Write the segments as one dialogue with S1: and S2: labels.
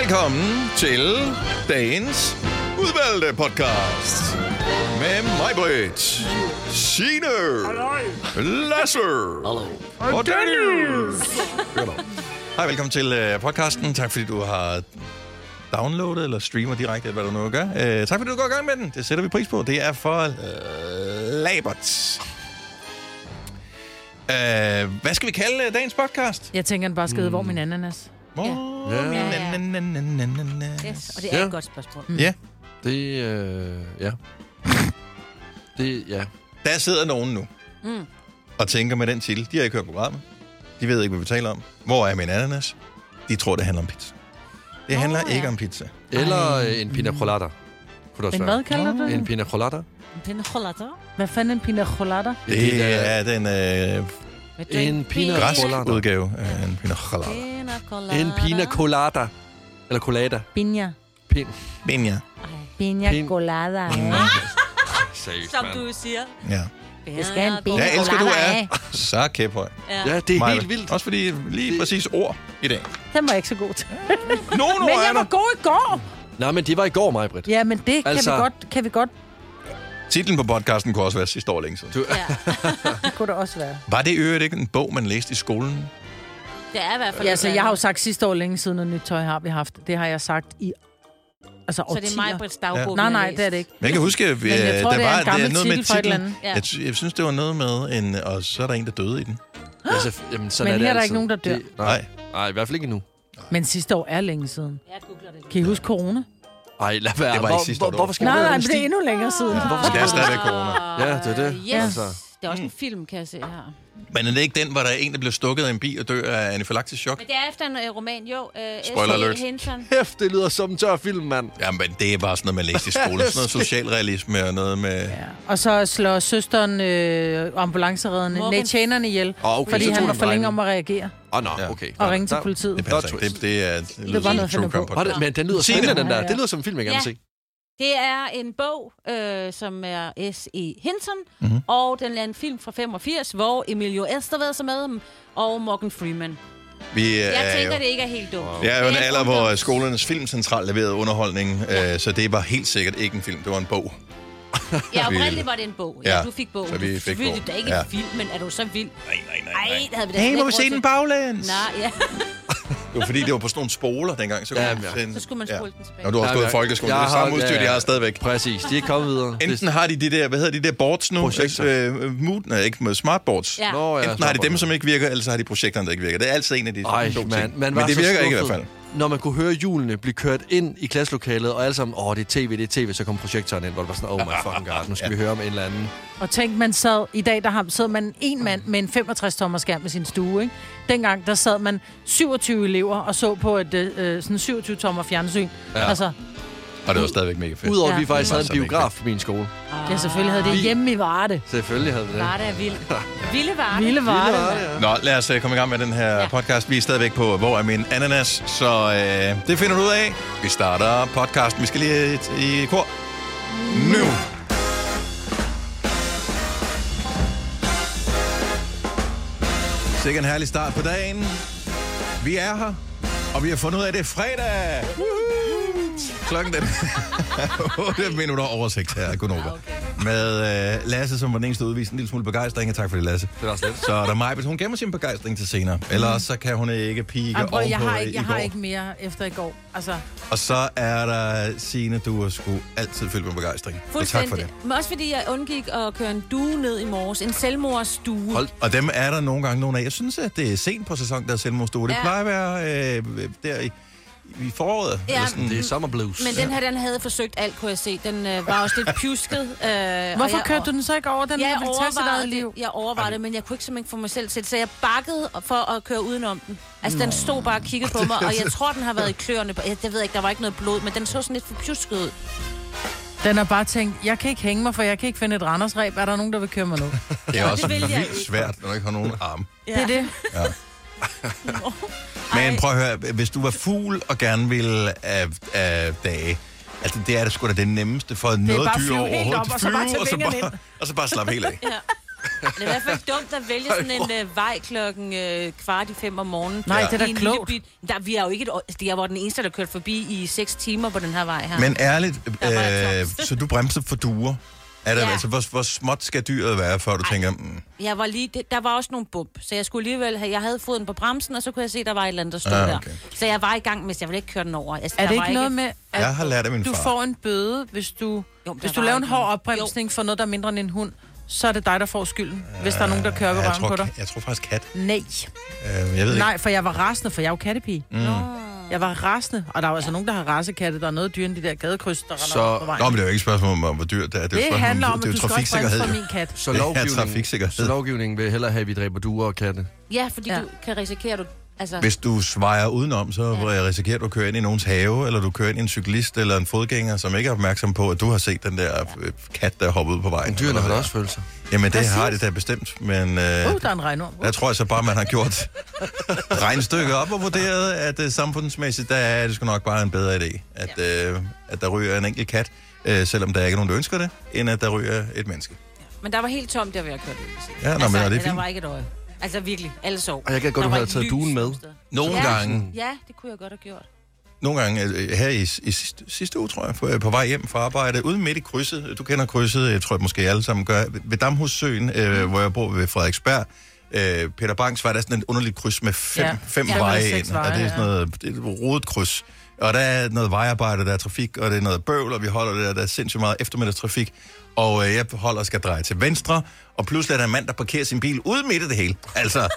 S1: Velkommen til dagens udvalgte podcast med mig, Britt, Signe, Lasse og Dennis. Hej, velkommen til øh, podcasten. Tak fordi du har downloadet eller streamer direkte, eller hvad du nu gør. Øh, tak fordi du går i gang med den. Det sætter vi pris på. Det er for øh, labert. Øh, hvad skal vi kalde øh, dagens podcast?
S2: Jeg tænker, den bare skal hedde, hvor min
S1: Mm.
S2: ananas.
S1: Morgen.
S3: Ja.
S1: Ja.
S4: Ja, ja. Yes, og det er
S3: Ja.
S4: et godt spørgsmål.
S2: Mm.
S1: ja,
S3: Mm. Det, øh, ja. Det, ja.
S1: der sidder nogen nu
S4: Mm.
S1: og tænker med den titel. De har ikke hørt programmet. De ved ikke, hvad vi taler om. Hvor er min ananas? De tror, det handler om pizza. Det
S4: Nå,
S1: handler
S4: ja.
S1: ikke om pizza.
S3: Eller
S2: Ej.
S3: øh, en pina colada. Kunne det også
S2: En
S3: være.
S2: hvad kalder du
S3: En
S2: det?
S3: pina colada.
S4: Den holder dig.
S2: Hvad fanden er en pina colada?
S3: En
S1: Det
S3: pina-
S1: er den øh,
S4: Med
S3: En pina
S1: græsk
S3: colada.
S1: udgave af en pina colada.
S4: Pina colada.
S3: En pina colada. Eller colada.
S2: Pina.
S3: Pin.
S1: Binja.
S4: Ej,
S2: Pina
S3: Pin-
S2: colada.
S1: Mm,
S3: Seriøst,
S4: Som du siger.
S1: ja.
S4: Det
S2: skal en pina.
S1: Jeg elsker, du
S2: Colada.
S1: er så kæphøj.
S3: Ja, det er
S1: Maja.
S3: helt vildt.
S1: Også fordi lige
S3: Det-
S1: præcis ord i dag.
S2: Den var jeg ikke så god til.
S1: Nogle
S2: Men
S1: ord er
S2: jeg
S1: der.
S2: var god i går!
S3: Nej, men det var i går, Majbrit.
S2: Ja, men det
S3: Altså-
S2: altså... kan vi godt, kan vi godt,
S1: Titlen på podcasten kunne også være sidste år længe siden.
S4: Ja,
S2: det kunne det også være.
S1: Var det i øvrigt ikke en bog, man læste i skolen?
S4: det er i hvert fald...
S2: Ja, altså, jeg har jo sagt sidste år længe siden, at nyt tøj har vi haft. Det har jeg sagt i altså
S4: Så det er mig,
S2: årtier.
S4: Brits dagbog, vi
S2: Nej,
S4: har
S2: nej,
S4: læst.
S2: det er det ikke.
S1: Men jeg kan huske, at øh,
S2: Men jeg tror,
S1: der
S2: det er
S1: var
S2: en
S1: det
S2: gammel
S1: er noget med
S2: titel for et eller
S1: titlen.
S2: andet.
S4: Ja.
S1: Jeg, ty- jeg synes, det var noget med, en, og så er der en, der døde i den.
S3: Altså, f- jamen, sådan
S2: Men
S3: er det
S2: her er der
S3: altid.
S2: ikke nogen, der dør.
S3: Det, nej. nej, i hvert fald ikke endnu.
S2: Men sidste år er længe siden.
S4: Jeg googler det.
S2: Kan I huske corona?
S3: Ej, lad være.
S1: Det var ikke
S3: Hvor-
S1: sidste år,
S3: hvor-
S1: du-
S3: Hvorfor skal
S2: Nej,
S3: du
S2: nej,
S3: være
S2: men det er endnu længere
S4: Ah.
S2: siden.
S3: Hvorfor
S1: Men
S3: skal
S1: der er
S3: du være
S1: stadigvæk corona. Mm.
S3: Ja, det er det.
S4: Yes.
S3: Altså.
S4: Det er også en film, kan jeg se her.
S1: Men er det ikke den, hvor der er en, der bliver stukket af en bi og dør af anafylaktisk chok?
S4: Men det er efter en øh, roman, jo. Øh,
S1: Spoiler alert.
S4: Henson.
S3: Kæft, det lyder som en tør film, mand.
S1: Jamen, det er bare sådan noget, man læste i skolen. Sådan noget socialrealisme og noget med... Ja.
S2: Og så slår søsteren øh, ambulanceredderne,
S4: Morgan.
S2: nej, tjenerne ihjel,
S3: Åh, okay,
S2: fordi
S3: så
S2: han
S3: tog
S2: var
S3: den
S2: for længe
S3: drejning.
S2: om at reagere
S3: Åh, oh, nå,
S1: Ja.
S3: okay.
S2: og ringe til
S3: Der-
S2: politiet.
S1: Det passer ikke. Det, det er, det lyder
S2: var
S1: som
S2: noget, jeg
S1: true
S2: finder
S1: crime
S2: på.
S3: Var det,
S1: podcast.
S3: men den lyder
S1: Sig det.
S3: spændende, den der.
S2: Ja.
S3: Det lyder som en film, jeg gerne
S4: Ja.
S3: vil se.
S4: Det er en bog, øh, som er S.E. Hinton,
S1: Mhm.
S4: mm-hmm. og den er en film fra 85, hvor Emilio Estevez er med, og Morgan Freeman.
S1: Vi øh, er,
S4: Jeg tænker,
S1: jo,
S4: det ikke er helt dumt.
S1: jeg er jo en
S4: Det er en
S1: alder, hvor
S4: ungdoms-
S1: skolernes filmcentral leverede underholdning, øh, så det var helt sikkert ikke en film. Det var en bog.
S4: Ja, oprindeligt var det en bog. Ja,
S1: Ja,
S4: du fik bogen.
S1: så vi
S4: Du-
S1: fik
S4: selvfølgelig,
S1: bogen.
S4: Det er ikke
S1: Ja.
S4: en film, men er du så vild?
S1: Nej, nej, nej,
S4: Ej, det havde vi da
S1: Hey,
S4: slet
S1: må
S4: ikke
S1: vi se
S4: råd
S1: den
S4: til.
S1: baglæns?
S4: Nej, ja.
S1: Det var fordi, det var på sådan nogle spoler dengang. Så, kunne
S3: Ja,
S1: man
S3: ja.
S1: sende-
S4: Så skulle man
S1: ja.
S4: spole den tilbage.
S1: Når du har også
S3: Ja,
S1: gået i
S3: ja.
S1: folkeskolen, det
S3: Jeg
S1: er det samme
S3: har- øh,
S1: udstyr, de
S3: ja, ja.
S1: har stadigvis.
S3: Præcis, de er ikke kommet videre.
S1: Enten har de de der, hvad hedder de der boards nu?
S3: Projekter.
S1: Øh, øh, mood, nej, ikke med smartboards.
S4: Ja.
S3: Nå, ja,
S1: Enten har de dem, som ikke virker, eller så har de projekterne, der ikke virker. Det er altid en af de
S3: Ej,
S1: to
S3: man,
S1: ting.
S3: man var
S1: Men det
S3: så
S1: virker
S3: skuffet,
S1: ikke i hvert fald.
S3: Når man kunne høre hjulene blive kørt ind i klasselokalet, og alle sammen, åh, det er tv, det er tv, så kom projektoren ind, hvor det var sådan, oh my fucking god, nu skal vi høre om en eller anden.
S2: Og tænk, man sad i dag, der har- sidder man en mand med en 65-tommer skærm i sin stue, ikke? Dengang, der sad man 27 elever og så på et øh, sådan 27-tommer fjernsyn. Ja. Altså,
S1: Og det var stadigvæk mega fedt.
S3: Udover at
S2: Ja.
S3: vi faktisk
S1: Det var
S3: havde en
S1: så vigtigt.
S3: biograf på min skole.
S2: ja, selvfølgelig havde det
S3: Vi-
S2: hjemme i Varde.
S3: Selvfølgelig havde vi det.
S4: Var det er vild. Vilde var det.
S2: Vilde Varde.
S3: Vilde var det,
S2: mand.
S1: Nå, lad os øh, komme i gang med den her ja. podcast. Vi er stadigvæk på, hvor er min ananas? Så øh, det finder du ud af. Vi starter podcasten. Vi skal lige et, i kor. Nu! Sikke en herlig start på dagen. Vi er her, og vi har fundet ud af, at det er fredag. Woohoo! Klokken den er 8 minutter over 6 her,
S2: Ah,
S1: Gunnova. Med øh, Lasse, som var den eneste, der udviste en lille smule begejstring. Og tak for det, Lasse.
S3: Det var slet.
S1: Så er der mig, hvis hun gemmer sin begejstring til senere. Ellers så kan hun ikke pike
S2: Mm. Jamen,
S1: ovenpå
S2: Ah, prøv, jeg har,
S1: i
S2: ikke, jeg
S1: går.
S2: har ikke mere efter i går. Altså,
S1: Og så er der Signe, du er sgu altid fyldt med begejstring. Og tak for det.
S4: Men også fordi jeg undgik at køre en due ned i morges. En selvmordsdue.
S1: Hold. Og dem er der nogle gange nogle af. Jeg synes, at det er sent på sæsonen, der er selvmordsstue. Det
S4: Ja.
S1: plejer at være øh, der i, i foråret.
S4: Ja. Mm.
S1: eller sådan.
S3: Det er summer blues.
S4: Men den her, den havde forsøgt alt, kunne jeg se. Den øh, var også lidt pjusket. Øh,
S2: hvorfor kørte du den så ikke over den,
S4: Jeg
S2: der ville tage sit eget
S4: overvejede,
S2: liv?
S4: det, jeg overvejede det, men jeg kunne ikke simpelthen få mig selv til det, så jeg bakkede for at køre udenom den. Altså, den stod bare og kiggede på mig, og jeg tror, den har været i kløerne. på- Jeg, jeg ved ikke, der var ikke noget blod, men den så sådan lidt forpjusket ud.
S2: Den har bare tænkt, jeg kan ikke hænge mig, for jeg kan ikke finde et rendersreb. Er der nogen, der vil køre mig nu?
S1: Det er også
S4: Det vil jeg
S1: vildt
S4: ikke.
S1: svært, når du ikke har nogen arme.
S4: Ja.
S2: Det er det.
S1: Men prøv at høre, hvis du var fugl og gerne ville af, af dage, altså det er da sgu da det nemmeste for noget
S2: bare at
S1: dyr
S2: flyve helt
S1: overhovedet.
S2: op, og så bare tage
S1: og så
S2: vingerne
S1: bare, og så bare slappe helt af.
S4: Ja. Det er i hvert fald dumt at vælge sådan en øh, vej klokken øh, kvart i fem om morgenen.
S2: Nej,
S4: I
S2: det er da
S4: en
S2: klogt.
S4: lille by. Der, vi er jo ikke et, år- det er, jeg var den eneste, der kørte forbi i 6 timer på den her vej her.
S1: Men ærligt,
S4: Der var jeg
S1: øh,
S4: tomt.
S1: så du bremser for duer. Er det, ja.
S4: Ja.
S1: altså, hvor, hvor småt skal dyret være, før du Ej. tænker, mm,
S4: Jeg var lige, det- der var også nogle bump, så jeg skulle alligevel have, jeg havde foden på bremsen, og så kunne jeg se, der var et eller andet, der stod
S1: Ah,
S4: ah,
S1: okay.
S4: okay. der. Så jeg var i gang med, jeg ville ikke køre den over. Altså,
S2: Er
S4: der
S2: det
S4: var
S2: ikke noget med, at
S1: Jeg har lært af min
S2: du
S1: far.
S2: får en bøde, hvis du, jo,
S4: der
S2: hvis du
S4: var
S2: laver en
S4: ikke
S2: hård
S4: nogen.
S2: opbremsning for noget, der er mindre end en hund, så er det dig, der får skylden, hvis der er nogen, der kører ved
S1: øh, jeg,
S2: røven
S1: tror,
S2: på dig.
S1: ka- jeg tror faktisk kat.
S2: Nej.
S1: Øh, jeg ved ikke.
S2: Nej, for jeg var rasende, for jeg er jo kattepi. Mm. Jeg var rasende, og der er jo altså nogen, der har rasekatte, der er noget dyrere end de der gadekryds, der
S3: Så-
S2: render rundt på vejen.
S1: Nå, men det er jo ikke et spørgsmål om, om hvor dyrt det er. Det, er jo et
S2: det
S1: spørgsmål,
S2: handler om, at
S1: det er
S2: du
S1: jo
S2: skal også bremse
S1: trafiksikkerhed.
S2: for min kat.
S3: Så
S1: Ja,
S3: lovgivningen,
S1: trafiksikkerhed.
S3: så lovgivningen vil hellere have, at vi dræber duer og katte.
S4: Ja, fordi
S2: Ja.
S4: ja. du kan risikere, du... Altså,
S1: Hvis du svejer udenom, så ja. risikerer du at køre ind i nogens have, eller du kører ind i en cyklist eller en fodgænger, som ikke er opmærksom på, at du har set den der øh, kat, der er hoppet ud på vejen.
S3: Men dyrene
S1: Eller
S3: har da
S1: hvad
S3: også følelser.
S1: det er. Jamen, det har det da bestemt, men... Øh,
S2: Uh, der er en regnorm. Uh.
S1: Der tror jeg så bare, man har gjort regnstykket op og vurderet, at uh, samfundsmæssigt, der er det sgu nok bare en bedre idé, at, ja. uh, at der ryger en enkelt kat, uh, selvom der ikke er nogen, der ønsker det, end at der ryger et menneske.
S4: men der var helt tomt, jeg ved at køre det.
S1: Ja, nå, men er det
S4: der
S1: fint?
S4: var ikke et øje. Altså virkelig, alle sov.
S3: Og jeg kan godt,
S4: Der
S3: du
S4: var
S3: havde
S4: et
S3: taget
S4: lys
S3: duen med.
S4: nogen steder.
S1: Nogle
S4: Ja.
S1: gange,
S4: Ja, det kunne jeg godt have gjort.
S1: nogle gange øh, her i, i sidste, sidste uge, tror jeg, på, øh, på vej hjem fra arbejde, ude midt i krydset, øh, du kender krydset, jeg tror jeg måske alle sammen gør, ved- ved Damhussøen,
S2: Mm.
S1: øh, hvor jeg bor ved Frederiksberg, øh, Peter Bangs var der sådan et underligt kryds med fem,
S2: Ja.
S1: ja. fem
S2: Ja.
S1: ja, veje
S2: Fem eller
S1: ind,
S2: seks
S1: og det
S2: veje,
S1: er sådan
S2: ja.
S1: noget det er et rodet kryds. Og der er noget vejarbejde, der er trafik, og det er noget bøvl, og vi holder det der, der er sindssygt meget eftermiddagstrafik. Og øh, jeg holder og skal dreje til venstre, og pludselig er der en mand, der parkerer sin bil ude midt i det hele. Altså,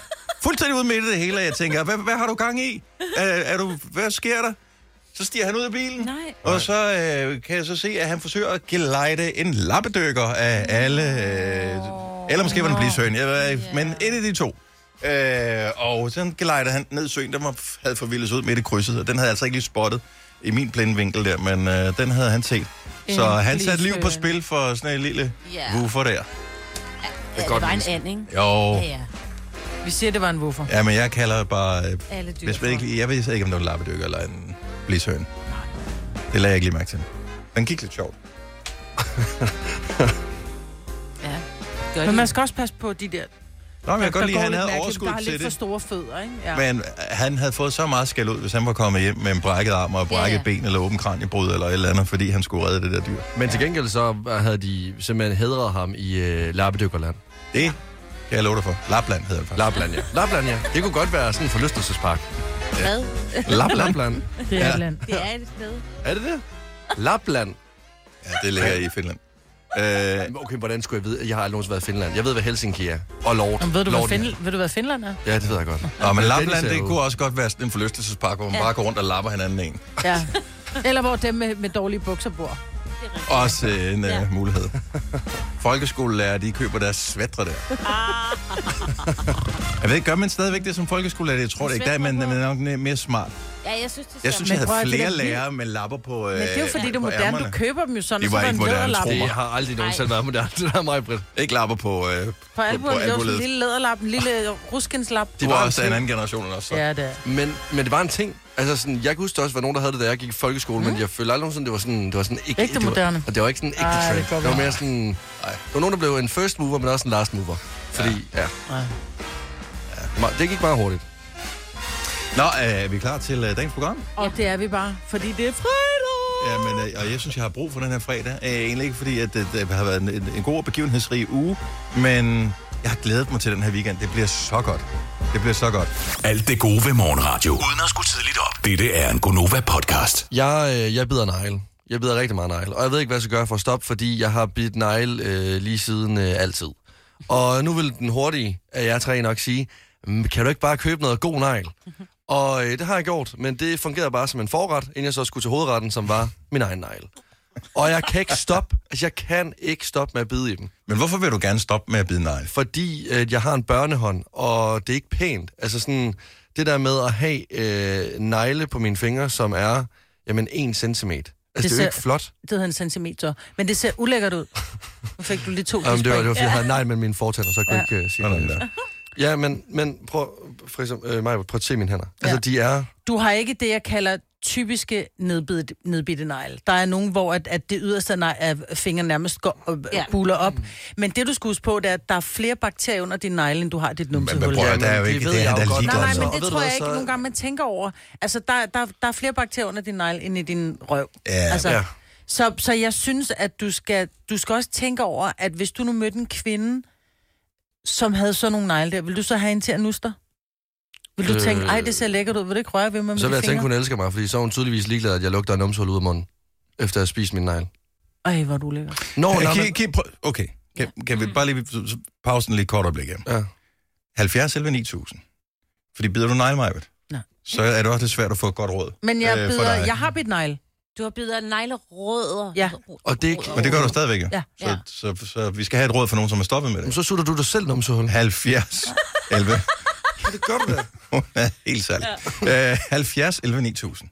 S1: fuldstændig ude midt i det hele, og jeg tænker, hvad, hvad har du gang i? Er, er du, hvad sker der? Så stiger han ud af bilen,
S4: Nej.
S1: og så øh, kan jeg så se, at han forsøger at gelejde en lappedykker af alle... Øh, eller måske var det en blisøen, jeg ved, ikke, men et af de to. Øh, og så gelejder han ned i søen, der var, havde forvildet sig ud midt i krydset, og den havde jeg altså ikke lige spottet i min blindvinkel der, men øh, den havde han set. Så
S2: En
S1: han satte liv på
S2: blisøen.
S1: spil for sådan en lille
S4: Ja.
S1: yeah. woofer der.
S4: Det, det
S3: godt
S4: var en
S3: menneske.
S4: and, ikke?
S1: Jo,
S4: Ja, ja.
S2: Vi siger, det var en woofer.
S1: ja, men jeg kalder det bare... Øh,
S4: Alle dyr.
S1: hvis man ikke, jeg ved ikke, om det var en lappedykker eller en blishøn. Det lagde jeg ikke lige mærke til. Den gik lidt sjovt.
S4: Ja. Gør
S2: Men
S4: det.
S2: man skal også passe på de der...
S1: Nå, men jeg kan godt
S2: der
S1: lide,
S2: går
S1: at han
S2: lidt
S1: havde
S2: mærkeligt.
S1: overskud
S2: Der er
S1: til
S2: lidt for
S1: det.
S2: store fødder, ikke? Ja.
S1: Men øh, han havde fået så meget skæld ud, hvis han var kommet hjem med en brækket arm og brækket
S4: Ja.
S1: ben eller åben kranjebrud eller et eller andet, fordi han skulle redde det der dyr.
S3: Men til gengæld så havde de simpelthen hedret ham i øh, Lappedykkerland.
S1: Det kan jeg love dig for. Lapland hedder det faktisk.
S3: Lapland, ja. Lapland, ja. Det kunne godt være sådan en forlystelsespark.
S4: Hvad?
S1: Lapland?
S3: Lapland.
S2: Det er
S1: Ja.
S2: et land.
S4: Det er et sted.
S3: Er det det? Lapland.
S1: Ja, det ligger i Finland. Øh,
S3: Jamen, Okay, hvordan skulle jeg vide? Jeg har aldrig nogensinde været i Finland. Jeg ved, hvad Helsinki er. Og Lord.
S2: Jamen, ved, du, hvad
S3: Lord,
S2: Finland, ved du, hvad Finland er?
S3: Ja, det ved jeg godt.
S1: og men
S3: Dennis
S1: Lapland,
S3: er
S1: det
S3: jo-
S1: kunne også godt være sådan en forlystelsespark, hvor man bare går rundt og lapper hinanden en.
S2: Ja. Eller hvor dem med, med dårlige bukser bor.
S1: Også øh, en øh, mulighed. Folkeskolelærer, de køber deres svætre der.
S2: Ah.
S1: jeg ved ikke, gør man stadigvæk det som folkeskolelærer? Jeg tror det ikke, der er man, man er nok mere smart.
S4: Ja, jeg synes, det er
S1: Jeg synes,
S2: Men
S1: jeg
S2: prøv
S1: havde
S2: at- det er
S1: flere
S2: da vildt.
S1: lærere med lapper på øh,
S2: Men det er jo fordi, det
S1: på
S2: er moderne. Du
S1: ærmerne.
S2: køber dem jo sådan,
S1: De
S2: og så
S1: var
S2: er der en
S1: ikke moderne,
S2: læderlap.
S1: tro
S3: Det
S1: mig.
S3: har aldrig nogensinde været moderne, det der mig, Britt.
S1: Ikke lapper på, øh,
S2: På albuen lå sådan en lille læderlap, en lille ruskinslap.
S1: Du
S3: Det
S1: var
S3: var
S1: også
S3: en
S1: af en
S3: ting.
S1: anden generation end os. så.
S2: Ja, det er.
S3: Men, men det var en ting. Altså sådan, jeg kan huske, der også var nogen, der havde det, da jeg gik i folkeskole, mm. men jeg følte aldrig nogensinde, det var sådan, det var sådan ikke...
S2: Ægte
S3: det var-
S2: moderne.
S3: Og det var ikke sådan en ægte
S2: Ej,
S3: trend.
S2: det kan
S3: Det, var
S2: være.
S3: mere sådan... Der var nogen, der blev en first mover, men også en last mover. Fordi, ja. ja. ja. Det gik meget hurtigt.
S1: Nå, øh, er vi klar til øh, dagens program?
S2: Og det er vi bare, fordi det er fredag.
S1: Ja, men, øh, og jeg synes, jeg har brug for den her fredag. Øh, egentlig ikke fordi, at det, det har været en, en, en god og begivenhedsrig uge, men jeg har glædet mig til den her weekend. Det bliver så godt. Det bliver så godt.
S5: Alt det gode ved morgenradio. Uden at skulle tidligt op. Dette er en Gonova-podcast.
S3: Jeg, øh, jeg bider negl. Jeg bider rigtig meget negl. Og jeg ved ikke, hvad jeg skal gøre for at stoppe, fordi jeg har bidt negl øh, lige siden øh, altid. Og nu vil den hurtige af jer tre nok sige, "Mm, kan du ikke bare købe noget god negl? Og øh, det har jeg gjort, men det fungerede bare som en forret, inden jeg så skulle til hovedretten, som var min egen negl. Og jeg kan ikke stoppe. Altså, jeg kan ikke stoppe med at bide i dem.
S1: Men hvorfor vil du gerne stoppe med at bide nej?
S3: Fordi øh, jeg har en børnehånd, og det er ikke pænt. Altså sådan, det der med at have øh, negle på mine fingre, som er, jamen, en centimeter. Altså, det, det er
S2: ser-
S3: jo ikke flot.
S2: Det hedder en centimeter. Men det ser ulækkert ud. Nu fik du lige to
S3: Jamen, det var, det var
S2: tidsspring.
S3: fordi, jeg havde nej med mine fortænder, så jeg kunne
S2: Ja.
S3: ja. ikke uh, sige
S1: Sådan
S3: noget.
S1: der.
S3: Ja, men, men øh, prøv, for eksempel, øh, Maja, prøv at se mine hænder. Altså, de
S2: Ja.
S3: er...
S2: Du har ikke det, jeg kalder typiske nedbidt, nedbidte negle. Der er nogen, hvor at, at det yderste nej, af fingeren nærmest går og ja.
S4: Ja.
S2: buler op.
S3: Mm.
S2: Men det, du skal huske på, det er, at der er flere bakterier under din negle, end du har i dit numsehul.
S1: Men prøv at høre, der er jo
S3: Jamen,
S1: ikke-
S3: det ved
S1: det er
S3: jeg
S1: da
S3: jo godt.
S1: ligeglad
S2: Nej,
S1: Altså,
S2: nej,
S1: og
S2: men det tror jeg ikke nogle gange, man tænker over. Altså, der, der, der er flere bakterier under din negle, end i din røv.
S1: Ja.
S2: altså,
S3: Ja.
S2: Så, så jeg synes, at du skal, du skal også tænke over, at hvis du nu mødte en kvinde, som havde sådan nogle negle der, vil du så have en til at nuste dig? Vil du øh, tænke,
S3: Øh.
S2: ej, det ser lækkert ud, vil du ikke røre ved mig med
S3: Så vil
S2: mine
S3: jeg tænke,
S2: fingre?
S3: hun elsker mig, fordi så er hun tydeligvis ligeglad, at jeg lugter en numsehul ud af munden, efter at have spist min negl.
S2: Ej, hvor er du lækker.
S3: Nå,
S1: Oh,
S3: nej,
S1: kan, I-
S3: men...
S1: kan, I prø- okay, kan, kan vi bare lige så- så pause den lige kort øjeblik her.
S3: Ja.
S1: 70 eller 9000. Fordi bider du neglemavet?
S2: Nej.
S1: Så er det også lidt svært at få et godt råd.
S2: Men jeg,
S1: Øh,
S2: øh,
S1: for
S2: bider,
S1: dig.
S2: jeg har bidt negle.
S4: Du har bidt af neglerødder.
S2: Ja.
S3: Og det er ikke-
S1: Men det gør du stadigvæk, jo.
S2: Ja,
S1: så,
S4: ja.
S1: Så, så, så vi skal have et råd for nogen, som er stoppet med
S3: Jamen,
S1: det.
S3: Så sutter du dig selv numsehul.
S1: 70 11.
S3: Det gør du da.
S1: Hun er Helt særlig. Ja. Øh, 70 11 9000.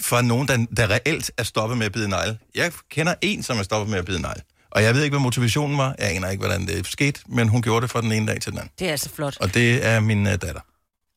S1: For nogen, der, der reelt er stoppet med at bide negle. Jeg kender en, som er stoppet med at bide negle. Og jeg ved ikke, hvad motivationen var. Jeg aner ikke, hvordan det skete, men hun gjorde det fra den ene dag til den anden.
S4: Det er altså flot.
S1: Og det er min uh, datter.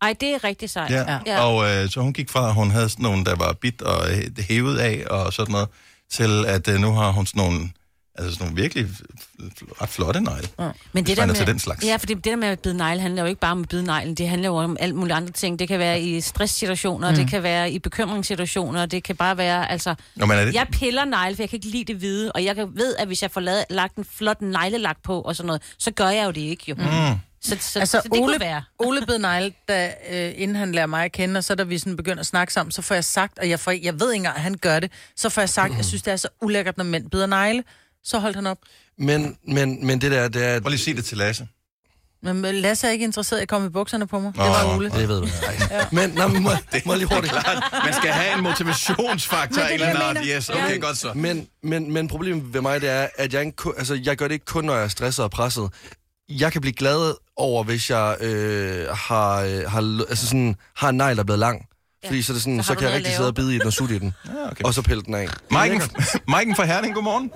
S4: Ej, det er rigtig sejt.
S1: Ja. ja. Og øh, så hun gik fra, at hun havde sådan nogle, der var bit og hæ- hævet af og sådan noget, til at øh, nu har hun sådan nogle, altså sådan nogle virkelig f- ret flotte negle. Ja.
S4: Men det
S1: man
S4: der
S1: er
S4: med,
S1: til den slags.
S4: Ja, for det der med at bide negle handler jo ikke bare om at bide neglen. Det handler jo om alt muligt andre ting. Det kan være i stresssituationer, mm. det kan være i bekymringssituationer, det kan bare være, altså...
S1: Nå, men er det,
S4: Jeg piller negle, for jeg kan ikke lide det hvide, og jeg kan- ved, at hvis jeg får lavet, lagt en flot neglelak på og sådan noget, så gør jeg jo det ikke, jo. Mm. Så, så, altså,
S2: Altså,
S4: så, det Ole...
S2: Ole,
S4: kunne være.
S2: Ole bed negle, da, øh, inden han lærer mig at kende, og så da vi sådan begynder at snakke sammen, så får jeg sagt, og jeg, får, jeg ved ikke engang, at han gør det, så får jeg sagt, jeg synes, det er så ulækkert, når mænd bider negle. Så holdt han op.
S3: Men, men, men det der, det er...
S1: Prøv lige at sige det til Lasse.
S2: Men øh, Lasse er ikke interesseret i at komme i bukserne på mig.
S1: Nå,
S2: det var Ole.
S3: Det ved du. Ja. Men, nej, men må, må jeg lige hurtigt.
S1: Man skal have en motivationsfaktor
S2: Men det er det, jeg mener. Ja.
S1: godt så.
S3: Men, men, men problemet ved mig, det er, at jeg, ikke, ku- altså, jeg gør det ikke kun, når jeg er stresset og presset. Jeg kan blive glad over, hvis jeg øh, har, øh, har, l- altså sådan, har en negl, der er blevet lang. Fordi så, er det sådan, så,
S4: Så har
S3: så
S4: du
S3: kan jeg
S4: noget at
S3: rigtig
S4: lave.
S3: sidde og bide i den og sutte i den.
S1: Ja, okay.
S3: Og så pille den af.
S1: Maiken, Maiken fra Herning, godmorgen.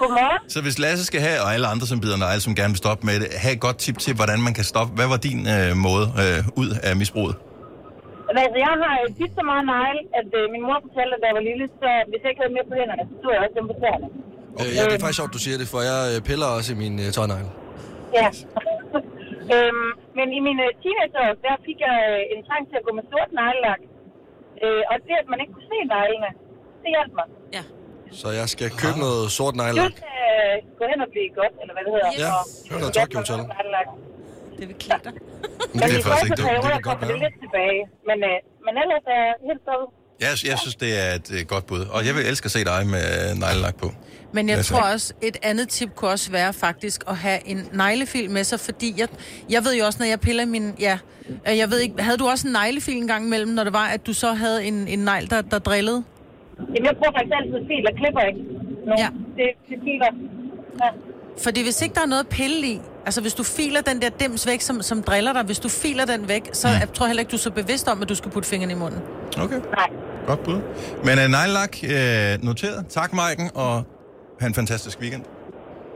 S6: Godmorgen.
S1: Så hvis Lasse skal have, og alle andre, som bider negle, som gerne vil stoppe med det, have et godt tip til, hvordan man kan stoppe. Hvad var din øh, måde øh, ud af misbruget?
S6: Men altså, jeg har øh, tit så meget negle, at øh, min mor fortalte, da jeg var lille, så hvis jeg ikke havde mere på hænderne, så stod jeg også dem på tæerne.
S3: Øh, ja, det er faktisk sjovt, du siger det, for jeg øh, piller også i min øh, tårnegle.
S6: Ja. øhm, men i mine teenageår, der fik jeg øh, en trang til at gå med sort neglelak. Øh, og det, at man ikke kunne se neglene, det hjalp mig.
S4: Ja.
S3: Så jeg skal købe noget sort
S6: Du
S3: neglelak.
S6: skal øh, gå hen og blive godt, eller hvad det hedder.
S4: Ja.
S6: og-
S3: Hør dig, Tokyo Hotel.
S6: Neglelak.
S4: Det vil klæde dig.
S1: Det
S6: Men
S1: kan
S6: i
S1: jeg faktisk
S6: første
S1: ikke. Det,
S6: periode,
S1: det
S6: jeg
S1: kan godt
S6: kommer det
S1: være.
S6: lidt tilbage. Men, øh, men ellers er jeg helt stoppet.
S1: Jeg, jeg synes, det er et øh, godt bud. Og jeg vil elske at se dig med øh, neglelak på.
S2: Men jeg
S1: Altså-
S2: tror også, et andet tip kunne også være faktisk at have en neglefil med sig, fordi jeg, jeg ved jo også, når jeg piller i min... Ja, øh, jeg ved ikke, havde du også en neglefil en gang imellem, når det var, at du så havde en, en negl, der, der drillede?
S6: Jamen, jeg bruger faktisk altid fil og klipper ikke. Nogen.
S2: Ja.
S6: Ja. Det, det filer. Ja.
S2: Fordi hvis ikke der er noget at pille i, altså hvis du filer den der dims væk, som, som driller dig, hvis du filer den væk, så jeg tror jeg heller ikke, du er så bevidst om, at du skal putte fingrene i munden.
S1: Okay.
S6: Nej.
S1: Godt bud. Men uh, neglelak uh, noteret. Tak, Maiken, og have en fantastisk weekend.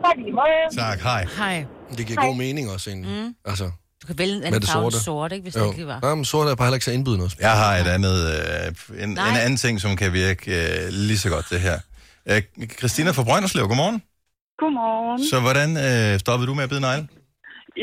S6: Tak i lige måde.
S1: Tak, hej.
S2: Hej.
S3: Det giver god mening også, egentlig. Mm. Altså,
S4: Du kan vælge en
S3: Med
S4: anden
S3: det
S4: farve
S3: sorte.
S4: sort, ikke, hvis det
S3: jo.
S4: ikke lige var.
S3: Nej, men sort er bare heller ikke så indbydende også.
S1: Jeg har et andet, uh, en, en
S4: Nej.
S1: anden ting, som kan virke uh, lige så godt, det her. Uh, Christina fra Brønderslev, godmorgen.
S4: Mm.
S7: Godmorgen.
S1: Så hvordan uh, stoppede du med at bide negle?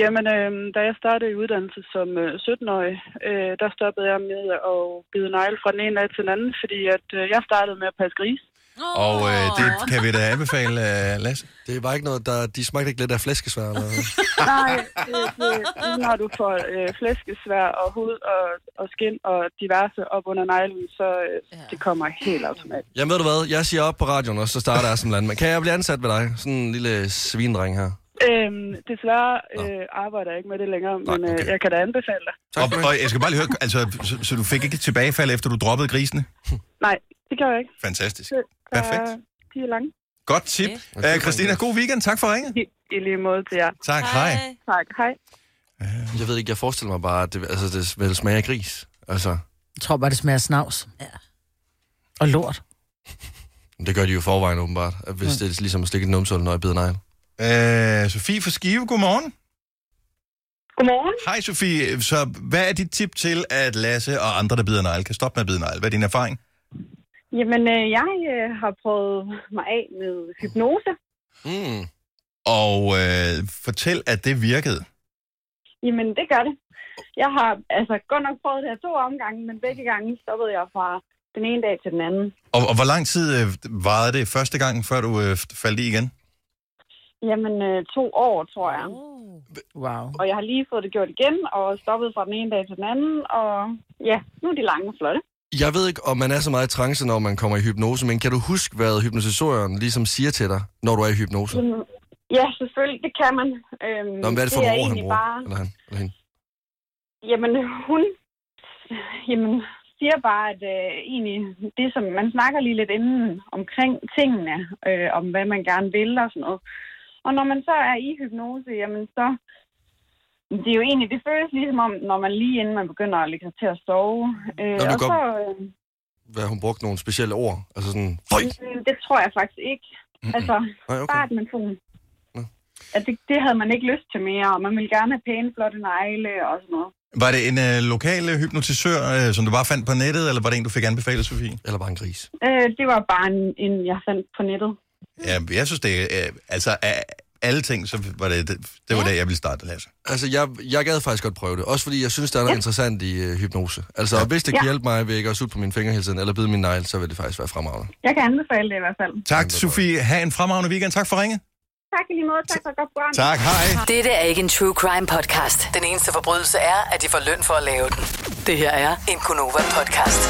S7: Jamen, øh, da jeg startede i uddannelse som øh, 17-årig, øh, der stoppede jeg med at bide negle fra den ene dag til den anden, fordi at, øh, jeg startede med at passe gris.
S4: Oh,
S1: Og
S3: øh,
S1: uh, det kan vi da anbefale, uh, Lasse.
S3: Det var ikke noget, der, de smagte ikke lidt af flæskesvær. Eller...
S7: Nej, det, det, nu når du får øh, flæskesvær og hud og, og skin og diverse op under neglen, så øh, ja. det kommer helt automatisk.
S3: Jamen ved du hvad, jeg siger op på radioen, og så starter jeg som landmand. Kan jeg blive ansat ved dig? Sådan en lille svindreng her.
S7: Øhm, desværre øh, arbejder jeg ikke med det længere, men øh, jeg kan da anbefale dig.
S3: Tak
S1: og,
S3: for det.
S1: og jeg skal bare lige høre, altså, så, så du fik ikke et tilbagefald, efter du droppede grisene?
S7: Nej, det gør jeg ikke.
S1: Fantastisk.
S7: Det, der,
S1: Perfekt.
S7: De er lange.
S1: Godt tip.
S3: Ja.
S1: Uh, Christina, god weekend. Tak for ringet.
S7: I, I lige måde til jer.
S1: Tak, hej.
S7: Tak, hej.
S3: Jeg ved ikke, jeg forestiller mig bare, at det, altså, det vil smage af gris. Altså,
S2: Jeg tror bare, det smager af snavs. Ja. Og lort.
S3: det gør de jo i forvejen åbenbart, at hvis det er ligesom at stikke en numsel, når jeg bider negl.
S1: Uh, Sofie fra Skive, godmorgen.
S6: Godmorgen.
S1: Hej Sofie, så hvad er dit tip til, at Lasse og andre, der bider negle, kan stoppe med at bide negle? Hvad er din erfaring?
S7: Jamen, øh, jeg øh, har prøvet mig af med hypnose.
S3: Mm.
S1: Og øh, fortæl, at det virkede.
S7: Jamen, det gør det. Jeg har altså godt nok prøvet det her to omgange, men begge gange stoppede jeg fra den ene dag til den anden.
S1: Og, og hvor lang tid øh, varede det første gang, før du øh, faldt i igen?
S7: Jamen, øh, to år, tror jeg.
S2: Wow.
S7: Og jeg har lige fået det gjort igen, og stoppet fra den ene dag til den anden, og ja, nu er de lange og flotte.
S3: Jeg ved ikke, om man er så meget i trance, når man kommer i hypnose, men kan du huske, hvad hypnotisøren ligesom siger til dig, når du er i hypnose?
S7: Jamen, Øhm, ja, selvfølgelig, det kan man. Øhm,
S3: Nå, men hvad er det for
S7: det
S3: nogle
S7: er
S3: ord, han
S7: egentlig
S3: bruger?
S7: bare,
S3: Eller han, eller hende?
S7: Jamen, hun jamen, siger bare, at øh, egentlig det, som man snakker lige lidt inden omkring tingene, øh, om hvad man gerne vil og sådan noget. Og når man så er i hypnose, jamen så, det er jo egentlig, det føles ligesom om, når man lige inden man begynder at lægge sig til at sove. Øh,
S3: Nå, du
S7: og
S3: går-
S7: så, øh,
S3: Hvad hun brugte nogle specielle ord? Altså sådan, føj!
S7: mm, det tror jeg faktisk ikke. Altså,
S3: Nej,
S7: bare
S3: okay.
S7: at man sådan,
S3: Nå.
S7: at det, det havde man ikke lyst til mere, og man ville gerne have pæne, flotte negle og sådan noget.
S1: Var det en øh, lokal øh, hypnotisør, øh, som du bare fandt på nettet, eller var det en, du fik anbefalet, Sofie?
S3: Eller bare en gris.
S7: Øh, det var bare en, en, jeg fandt på nettet.
S1: Ja, jeg synes, det er... Øh, altså, af alle ting, så var det... Det, det var ja. der, jeg ville starte, Lasse.
S3: Altså, jeg, jeg gad faktisk godt prøve det. Også fordi, jeg synes, der er noget interessant i øh, hypnose. Altså, og hvis det kan hjælpe mig ved ikke at sutte på mine fingre hele tiden, eller bide min negl, så vil det faktisk være fremragende.
S7: Jeg kan anbefale det i hvert fald.
S1: Tak, Sofie. Ha' en fremragende weekend. Tak for ringe.
S7: Tak i lige måde. Tak for et godt program.
S1: Tak, hej.
S8: Dette er ikke en true crime podcast. Den eneste forbrydelse er, at de får løn for at lave den. Det her er en Gunova podcast.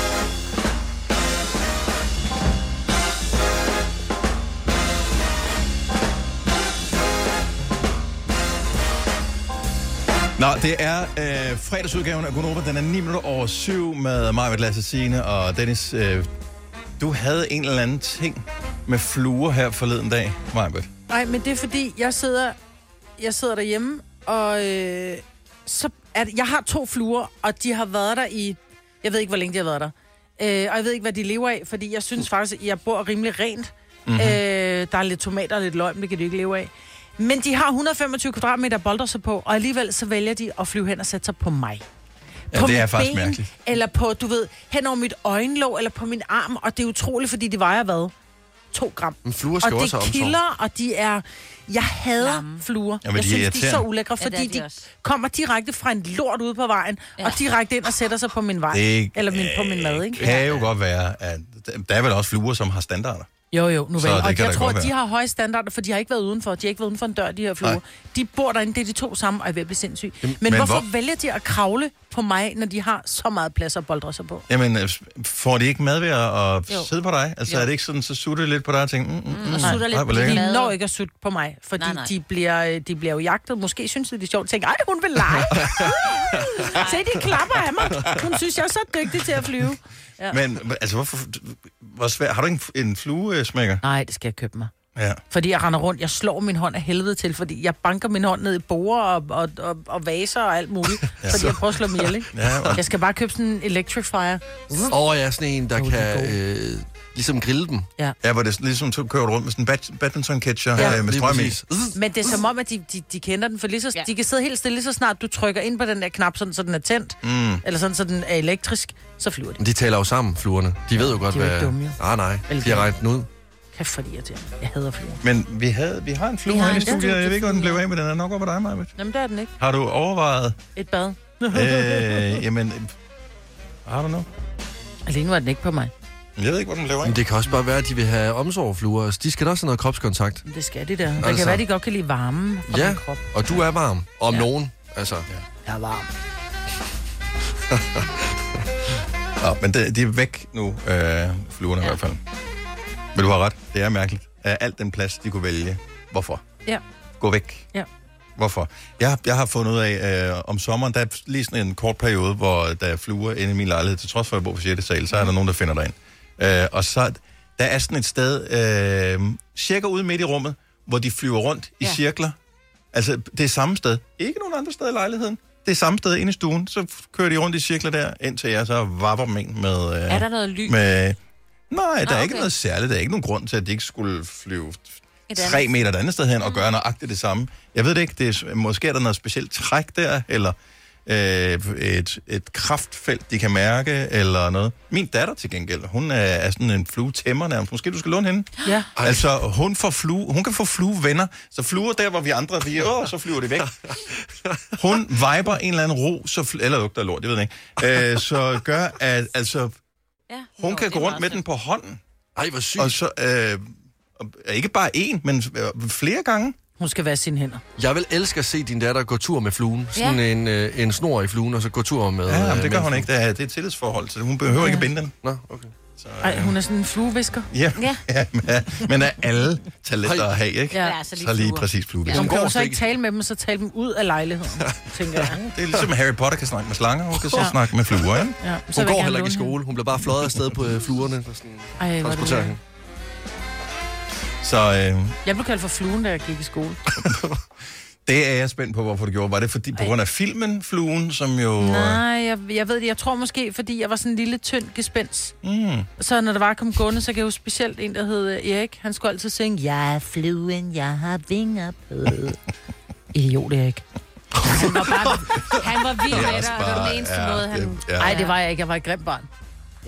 S1: Nå, det er øh, fredagsudgaven af Gunova. Den er 9 minutter over 7 med mig, Lasse Signe og Dennis. Øh, du havde en eller anden ting med fluer her forleden dag, Majbert.
S2: Nej, men det er fordi, jeg sidder, jeg sidder derhjemme, og øh, så at jeg har to fluer, og de har været der i... Jeg ved ikke, hvor længe de har været der. Øh, og jeg ved ikke, hvad de lever af, fordi jeg synes faktisk, at jeg bor rimelig rent.
S1: Mhm.
S2: Mm-hmm. Øh, der er lidt tomater og lidt løg, men det kan de ikke leve af. Men de har 125 kvadratmeter bolder sig på, og alligevel så vælger de at flyve hen og sætte sig på mig.
S1: Ja, det
S2: mit
S1: er faktisk mærkeligt.
S2: Eller på, du ved, hen over mit øjenlåg, eller på min arm, og det er utroligt, fordi de vejer hvad? 2 gram.
S3: Men fluer skal
S2: Og
S3: jo
S2: det
S3: også have omsorg.
S2: kilder, og de er... Jeg hader Lamme.
S9: Klamme.
S2: fluer.
S1: Jamen,
S2: jeg
S1: de er
S2: synes, de er så
S1: irriterende.
S2: ulækre,
S9: Ja, det
S2: fordi
S9: er de
S2: de,
S9: også.
S2: kommer direkte fra en lort ude på vejen, ja. og direkte ind og sætter sig på min vej.
S1: Det Øh,
S2: eller min, på min mad, ikke?
S1: kan jo godt være, at der er vel også fluer, som har standarder.
S2: Jo, jo, nu
S1: Så
S2: vel.
S1: det
S2: Og
S1: kan
S2: jeg
S1: da
S2: tror,
S1: godt
S2: at de
S1: være.
S2: har høje standarder, for de har ikke været udenfor. De har ikke været udenfor en dør, de her fluer.
S1: Nej.
S2: De bor derinde, det er de to sammen, og jeg vil blive sindssyg. Men,
S1: men
S2: men hvorfor
S1: hvor-
S2: hvor... vælger de at kravle på mig, når de har så meget plads at boldre sig på?
S1: Jamen, øh, får de ikke mad ved at at
S2: Jo.
S1: sidde på dig? Altså,
S2: Jo.
S1: er det ikke sådan, så sutter de lidt på dig og tænker, mm, mm, mm,
S9: Og sutter
S1: ej,
S9: lidt
S1: hvor
S9: på din
S1: lækkert.
S2: De
S9: mad.
S2: når ikke at sutte på mig, fordi nej,
S9: Nej,
S2: nej.
S9: nej.
S2: De, bliver, øh, de bliver jo jagtet. Måske synes de, det er sjovt. Tænker, ej, hun vil lege. Se, de klapper af mig. Hun synes, jeg er så dygtig til at flyve. Ja.
S1: Men altså, hvorfor, hvor svært, har du ikke en, en fluesmækker?
S2: Nej, det skal jeg købe mig.
S1: Ja.
S2: Fordi jeg render rundt, jeg slår min hånd af helvede til, fordi jeg banker min hånd ned i borer og, og, og, og vaser og alt muligt. ja. Fordi jeg prøver at slå mig ihjel, ikke?
S1: Ja, og-
S2: Jeg skal bare købe sådan en electrifier.
S3: Og jeg er sådan en, der
S2: Jo, de er
S3: kan øh, ligesom grille dem.
S2: Ja.
S1: Ja, hvor det er sådan, ligesom du kører rundt med sådan en bad, badminton-catcher ja,
S3: Ja,
S1: øh, med
S3: lige
S1: strøm i.
S3: præcis.
S2: Men det er som om, at de, de, de kender den, for lige så, ja.
S9: Ja.
S2: de kan sidde helt stille, lige så snart du trykker ind på den der knap, sådan, så den er tændt, mm. eller sådan, så den er elektrisk, så flyver de.
S3: Men De taler jo sammen, fluerne. De ved jo godt,
S2: de er jo
S3: hvad... Ah,
S2: ikke dumme, jo.
S3: Nej, nej.
S2: Eller
S3: De har
S2: de-
S3: regnet den ud.
S2: Kæft for de irriterende. Jeg hader flyver.
S1: Men vi, havde, vi har en flue
S9: Vi har
S1: herinde i
S9: en
S1: studiet, og jeg ved ikke, hvor den blev
S9: studieflue.
S1: af, men den er nok over på dig, Maja.
S2: Jamen, der er den ikke.
S1: Har du overvejet,
S2: Et bad.
S1: øh, jamen, øh, I don't know.
S2: Alene var den ikke på mig.
S1: Jeg ved ikke, hvor den blev af.
S3: Men det kan også bare være, at de vil have omsorg, fluer. Altså, De skal da også have noget kropskontakt.
S2: Men Det skal de der. Der
S3: Altså.
S2: kan være, de godt kan lide varmen fra ja.
S3: Ja,
S2: min krop.
S3: og du er varm. Om ja. nogen, altså.
S2: Jeg er varm.
S1: Nå, men det, de er væk nu, øh, fluerne ja. i hvert fald. Men du har ret, det er mærkeligt. Af alt den plads, de kunne vælge. Hvorfor?
S2: Ja.
S1: Gå væk.
S2: Ja.
S1: Hvorfor? Jeg, jeg har fundet ud af, øh, om sommeren, der er lige sådan en kort periode, hvor der er fluer inde i min lejlighed, til trods for, at jeg bor på 6. sal, så
S9: Mhm.
S1: er der nogen, der finder dig ind. Øh, og så, der er sådan et sted, øh, cirka ude midt i rummet, hvor de flyver rundt i ja.
S9: Ja.
S1: cirkler. Altså, det er samme sted. Ikke nogen andre sted i lejligheden. Det er samme sted inde i stuen. Så f- kører de rundt i cirkler der, indtil jeg så vapper dem ind med... Øh,
S9: Er der noget lys?
S1: Med, nej, der er
S9: Nå,
S1: ikke
S9: okay.
S1: noget særligt. Der er ikke nogen grund til, at de ikke skulle flyve
S9: Et
S1: tre
S9: andet. Mm.
S1: meter et andet sted hen og gøre nøjagtigt det samme. Jeg ved det ikke. Det er, s- måske er der noget specielt træk der, eller øh, et, et kraftfelt, de kan mærke, eller noget. Min datter til gengæld, hun er, er sådan en fluetemmer nærmest. Måske du skal låne hende?
S2: Ja.
S1: Ej. Altså, hun, får flue, hun kan få fluevenner. Så fluer der, hvor vi andre vi, åh, så flyver det væk. Hun viber en eller anden ro, så fl- eller lugter af lort, det ved jeg ikke. Øh, så gør, at altså,
S4: Ja.
S1: hun
S4: Nå,
S1: kan
S4: det
S1: gå
S4: er
S1: rundt
S4: meget
S1: med
S4: slemt.
S1: den på hånden.
S3: Ej, hvor sygt.
S1: Og så, øh, og ikke bare én, men øh, flere gange.
S2: Hun skal vaske sine hænder.
S3: Jeg vil elske at se din datter gå tur med fluen. Sådan ja. en, øh, en snor i fluen, og så gå tur med...
S1: Ja,
S3: øh,
S1: jamen, det gør
S3: med
S1: hun
S3: fluen.
S1: ikke. Det er, det er et tillidsforhold, så hun behøver ja. ikke at binde den.
S3: Nå, okay.
S2: Ej, hun er sådan en fluevisker.
S1: Ja, ja.
S4: Ja.
S1: men, øh, men er alle talenter
S3: Hej.
S1: at have, ikke?
S2: Ja.
S4: Ja, så lige,
S1: Så lige
S4: fluer.
S1: præcis fluevis.
S2: Hun
S1: Ja.
S2: kan
S3: går
S2: jo så
S3: slet
S2: ikke
S3: ikke.
S2: tale med dem, så tale dem ud af lejligheden, tænker jeg.
S1: Det er ligesom Harry Potter kan snakke med slanger, hun kan så ja. snakke med fluer, ikke?
S2: Ja, så
S3: Hun
S2: vil jeg
S3: går
S2: gerne
S3: heller ikke i
S2: låne hende.
S3: skole. Hun bliver bare fløjet afsted på øh, fluerne. og Sådan,
S2: Ej, hvor er det
S3: transporterer hende.
S2: lækkert.
S1: Så øh,
S2: jeg blev kaldt for fluen, da jeg gik i skole.
S1: det er jeg spændt på, hvorfor du gjorde. Var det fordi, på grund af filmen Fluen, som jo... øh,
S2: Nej, jeg, jeg ved det. Jeg tror måske, fordi jeg var sådan en lille, tynd gespens. Mm. Så når der var kom gående, så kan jeg jo specielt en, der hed øh, Erik. Han skulle altid synge, Jeg er fluen, jeg har vinger på. Idiot, Erik.
S4: Han var, bare, han var vild med dig, og det var den eneste
S1: ja,
S4: måde, han...
S1: det- Ja.
S2: Nej, det var jeg ikke. Jeg var et grimt barn.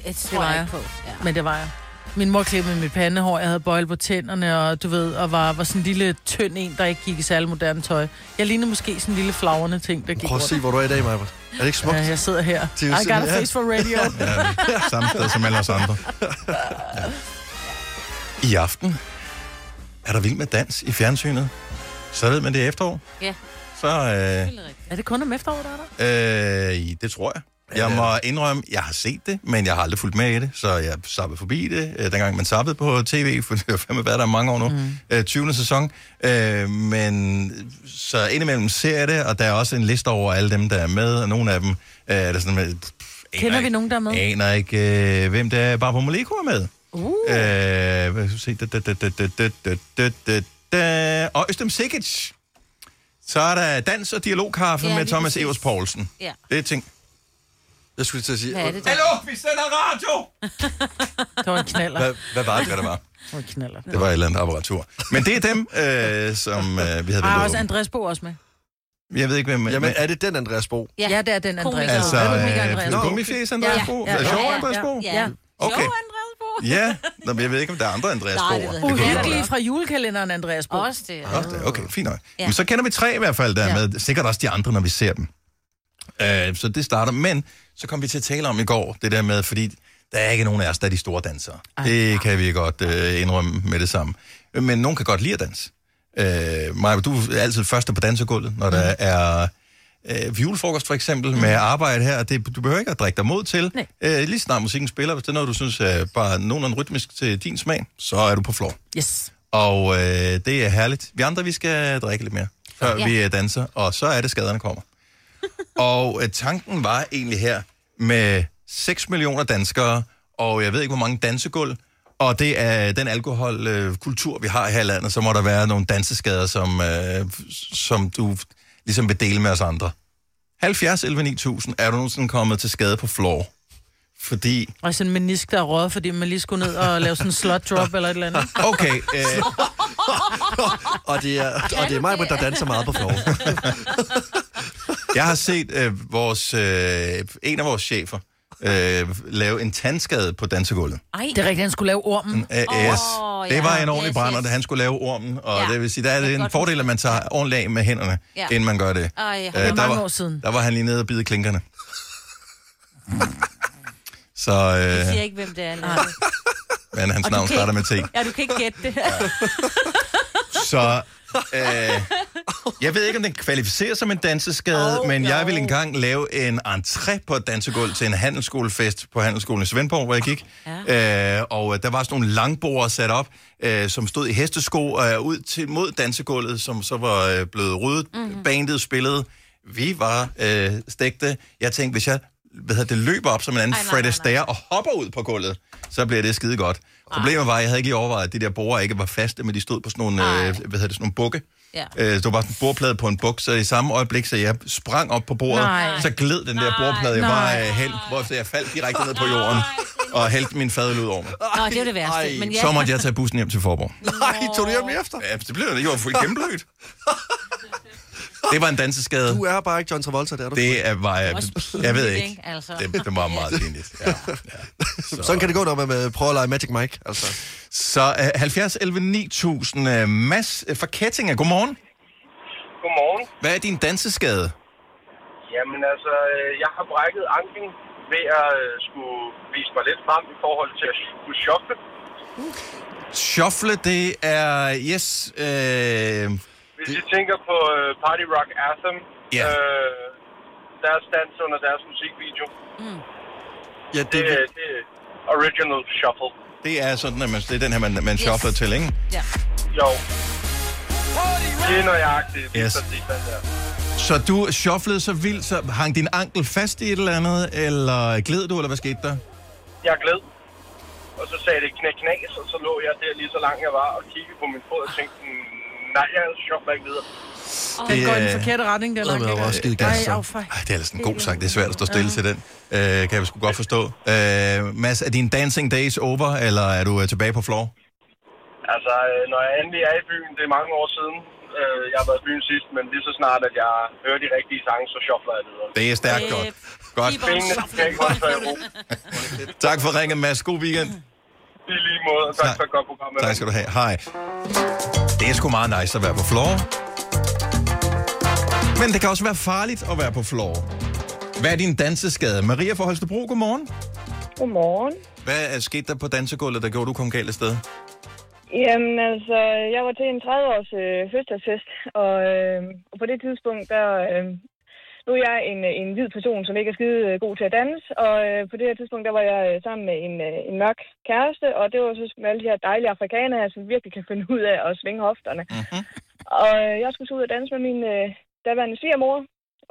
S4: Det tror
S2: var
S4: jeg
S2: jeg.
S4: ikke på. Ja.
S2: Men det var jeg. Min mor klippede mit pandehår, jeg havde bøjle på tænderne, og du ved, og var, var sådan en lille tynd en, der ikke gik i særlig moderne tøj. Jeg lignede måske sådan en lille flagrende ting, der gik
S3: Prøv at
S2: rundt.
S3: se, hvor du er i dag, Maja. Er det ikke smukt?
S2: Ja, jeg sidder her.
S3: er jo
S2: I got a
S3: simpelthen-
S2: face for radio.
S1: Ja, samme sted som alle os andre. Ja. I aften er der vild med dans i fjernsynet. Så ved man, det er efterår.
S4: Ja.
S1: Så, øh,
S4: Helt rigtigt.
S2: er det kun om efteråret, der er der?
S1: øh, det tror jeg. Jeg må indrømme, jeg har set det, men jeg har aldrig fulgt med i det, så jeg sappede forbi det, øh, dengang man sappede på tv, for det har fandme været der i mange år nu, mm. øh, 20. sæson. Øh, men så indimellem ser jeg det, og der er også en liste over alle dem, der er med, og nogle af dem øh, er der sådan med... pff, aner
S2: Kender vi
S1: ikke-
S2: nogen, der er med?
S1: Aner ikke, øh, hvem det er. Barbara Moleko er med. Uh. Øh, hvad skal vi se? Da, da, da, da, da, da, da, da, da, da. Og Østem Sikic. Så er der dans- og dialogkaffe
S4: Ja,
S1: med
S4: lige
S1: Thomas
S4: præcis.
S1: Evers Poulsen.
S4: Ja.
S1: Det er ting.
S3: Jeg skulle til at sige...
S4: Hvad er det der?
S1: Hallo, vi sender radio!
S2: Det var en
S3: øh,
S2: knaller.
S1: Hvad, hvad var det, hvad det var?
S2: Det var en knaller.
S1: Det var et eller andet apparatur. Men det er dem, øh, som
S4: Ah,
S1: øh, vi havde ventet
S2: Ej, også
S1: åbent.
S2: Andreas Bo også med.
S1: Jeg ved ikke, hvem...
S3: Jamen, er det den, Andreas Bo?
S2: Ja, ja det er den Andreas.
S4: Komiker.
S1: altså,
S2: det er Mikael
S1: øh,
S2: Andreas.
S1: no,
S2: Bo.
S1: gummifjes Andreas
S4: Ja,
S1: Bo?
S2: ja,
S1: Ja,
S2: ja,
S1: Sjov
S2: ja,
S1: Andreas Bo?
S4: Ja.
S1: Okay.
S4: Jo, Andreas Bo.
S1: Ja, Nå, men jeg ved ikke, om der er andre Andreas
S4: Nej,
S1: Boer.
S4: det ved jeg
S1: kunne
S4: ikke.
S1: godt
S2: Uheldige fra julekalenderen, Andreas Bo.
S4: Også det.
S1: Nå, det er okay, fint nok. øh, Ja. Men så kender vi tre i hvert fald, der ja.
S2: Ja.
S1: med. Sikkert også de andre, når vi ser dem. Øh, så det starter. Men så kom vi til at tale om i går, det der med, fordi der er ikke nogen af os, der er de store dansere. Ej. Det kan vi godt øh, indrømme med det samme. Men nogen kan godt lide at danse. Øh, Maja, du er altid første på dansegulvet, når
S2: Mm.
S1: der er øh, julefrokost for eksempel med arbejde her. Det, du behøver ikke at drikke dig mod til.
S2: Nej.
S1: Øh, lige snart musikken spiller, hvis det er noget, du synes er bare nogenlunde rytmisk til din smag, så er du på floor.
S2: Yes.
S1: Og øh, det er herligt. Vi andre, vi skal drikke lidt mere, før ja.
S4: Ja.
S1: vi øh, danser. Og så er det, skaderne kommer. og øh, tanken var egentlig her med 6 millioner danskere, og jeg ved ikke, hvor mange dansegulv, og det er den alkoholkultur, øh, kultur, vi har her i landet, så må der være nogle danseskader, som, øh, f- som du f- ligesom vil dele med os andre. 70 11 9000 er du nogensinde kommet til skade på floor. Fordi,
S2: Og sådan en menisk, der er røget, fordi man lige skulle ned og lave sådan en slot drop eller et eller andet.
S1: okay, øh,
S3: Og det er, og det er mig, der danser meget på floor.
S1: Jeg har set øh, vores, øh, en af vores chefer øh, lave en tandskade på dansegulvet.
S4: Ej,
S2: Det er rigtigt, han skulle lave ormen.
S1: Af AS.
S4: Åh,
S1: Mm, det var
S4: ja.
S1: en ordentlig
S4: Yes,
S1: brænder,
S4: yes.
S1: da han skulle lave ormen. Og
S4: Ja,
S1: det vil sige, der er
S4: det kan
S1: det en
S4: godt
S1: fordel, at man tager ordentligt af med hænderne, ja.
S4: Ja.
S1: inden man gør det.
S4: Ej,
S1: Øh,
S4: det er
S1: der,
S2: mange
S1: var,
S2: år siden.
S1: der var han lige nede og bide klinkerne. Så,
S4: jeg siger
S1: øh,
S4: ikke, hvem det er.
S2: Nej.
S4: Lasse.
S1: men hans
S4: Og du
S1: navn
S4: kan
S1: starter med
S4: ikke-
S1: T.
S4: Ja, du kan ikke gætte det.
S1: Så øh, jeg ved ikke, om den kvalificerer som en danseskade, oh, men no. jeg ville engang lave en entré på et dansegulv til en handelsskolefest på Handelsskolen i Svendborg, hvor jeg gik. Ja. Øh, og øh, der var sådan nogle langbord sat op, øh, som stod i hestesko øh, ud til, mod dansegulvet, som så var øh, blevet ryddet.
S4: Mhm.
S1: Mm-hmm. Bandet spillede. Vi var øh, stægte. Jeg tænkte, hvis jeg hvad hedder det, løber op som en anden
S4: Ej, nej,
S1: Fred
S4: nej, nej.
S1: Astaire og hopper ud på gulvet, så bliver det skide godt. Problemet var, at jeg havde ikke lige overvejet, at de der borer ikke var faste, men de stod på sådan nogle, øh, hvad
S4: Ej.
S1: hedder det, sådan nogle bukke.
S4: Ja.
S1: Øh, det var bare sådan en bordplade på en buk, så i samme øjeblik, så jeg sprang op på bordet,
S2: Nej.
S1: så gled den der bordplade, jeg var øh, helt, hvorefter jeg faldt direkte ned på jorden og hældte min fadøl ud over mig.
S4: Nå, det er det værste.
S3: Ej.
S4: Men ja,
S1: Så måtte jeg tage bussen hjem til Forborg.
S3: Nej, tog du hjem lige efter?
S1: Ja, det blev det. Jeg var fuldt gennemblødt. Det var en danseskade.
S3: Du er bare ikke John Travolta, det er du.
S1: Det er, var, jeg, jeg ved ikke.
S6: Altså.
S1: Det, det var meget pinligt. Ja.
S3: Så. Sådan kan det gå, når man øh, prøver at lege Magic Mike. Altså.
S1: Så uh, 70 11 9000. Uh, Mads uh, fra Kettinge, godmorgen.
S10: Godmorgen.
S1: Hvad er din danseskade?
S10: Jamen altså, øh, jeg har brækket anklen ved at øh, skulle vise mig lidt frem i forhold til at sh- kunne shoppe.
S1: Shuffle, det er... Yes. Øh,
S10: Hvis I tænker på øh, Party Rock Anthem,
S1: Ja.
S10: øh, deres dans under deres musikvideo,
S3: Ja,
S10: det,
S3: det,
S10: øh, det er original shuffle.
S1: det er sådan, at man, det er den her, man, man shuffler til, ikke?
S6: Ja.
S10: Jo. Det er nøjagtigt. Det er
S1: Yes.
S10: præcis den der.
S1: Så du shufflede så vildt, så hang din ankel fast i et eller andet, eller gled du, eller hvad skete der?
S10: Jeg gled. Og så sagde det knæk knas, og så lå jeg der lige så langt jeg var og kiggede på min fod og tænkte, "Mm, nej, jeg shopper ikke videre.
S2: Den går i
S1: øh,
S2: den forkerte retning, den
S3: Nå, men jeg var skide
S2: langt.
S3: glad,
S2: Ej,
S3: så.
S2: af for...
S1: Ej, det er altså en god sang. Det er svært at stå stille til den. Øh, kan jeg sgu godt forstå. Øh, Mads, er dine dancing days over, eller er du øh, tilbage på floor?
S10: Altså, øh, når jeg endelig er i byen, det er mange år siden, øh, jeg har været i byen sidst, men lige så snart, at jeg hører de rigtige sange, så shuffler jeg videre.
S1: Det er stærkt
S6: Øh,
S1: godt. Godt.
S6: keep on
S10: Pengene skal ikke holde sig i ro.
S1: Tak for ringen, Mads. God weekend.
S10: I lige måde, og tak
S1: Tak.
S10: for et godt program.
S1: Tak skal du have. Hej. Det er sgu meget nice at være på floor. Men det kan også være farligt at være på floor. Hvad er din danseskade? Maria fra Holstebro, godmorgen.
S11: Godmorgen.
S1: Hvad er sket der på dansegulvet, der gjorde du kom galt af sted?
S11: Jamen altså, jeg var til en 30-års øh, fødselsdagsfest, og, øh, og på det tidspunkt, der... Øh, nu er jeg en, øh, en hvid person, som ikke er skide øh, god til at danse, og øh, på det her tidspunkt, der var jeg øh, sammen med en, øh, en mørk kæreste, og det var så med alle de her dejlige afrikanere, som virkelig kan finde ud af at svinge hofterne.
S1: Mhm.
S11: Og øh, jeg skulle så ud og danse med min øh, daværende svigermor,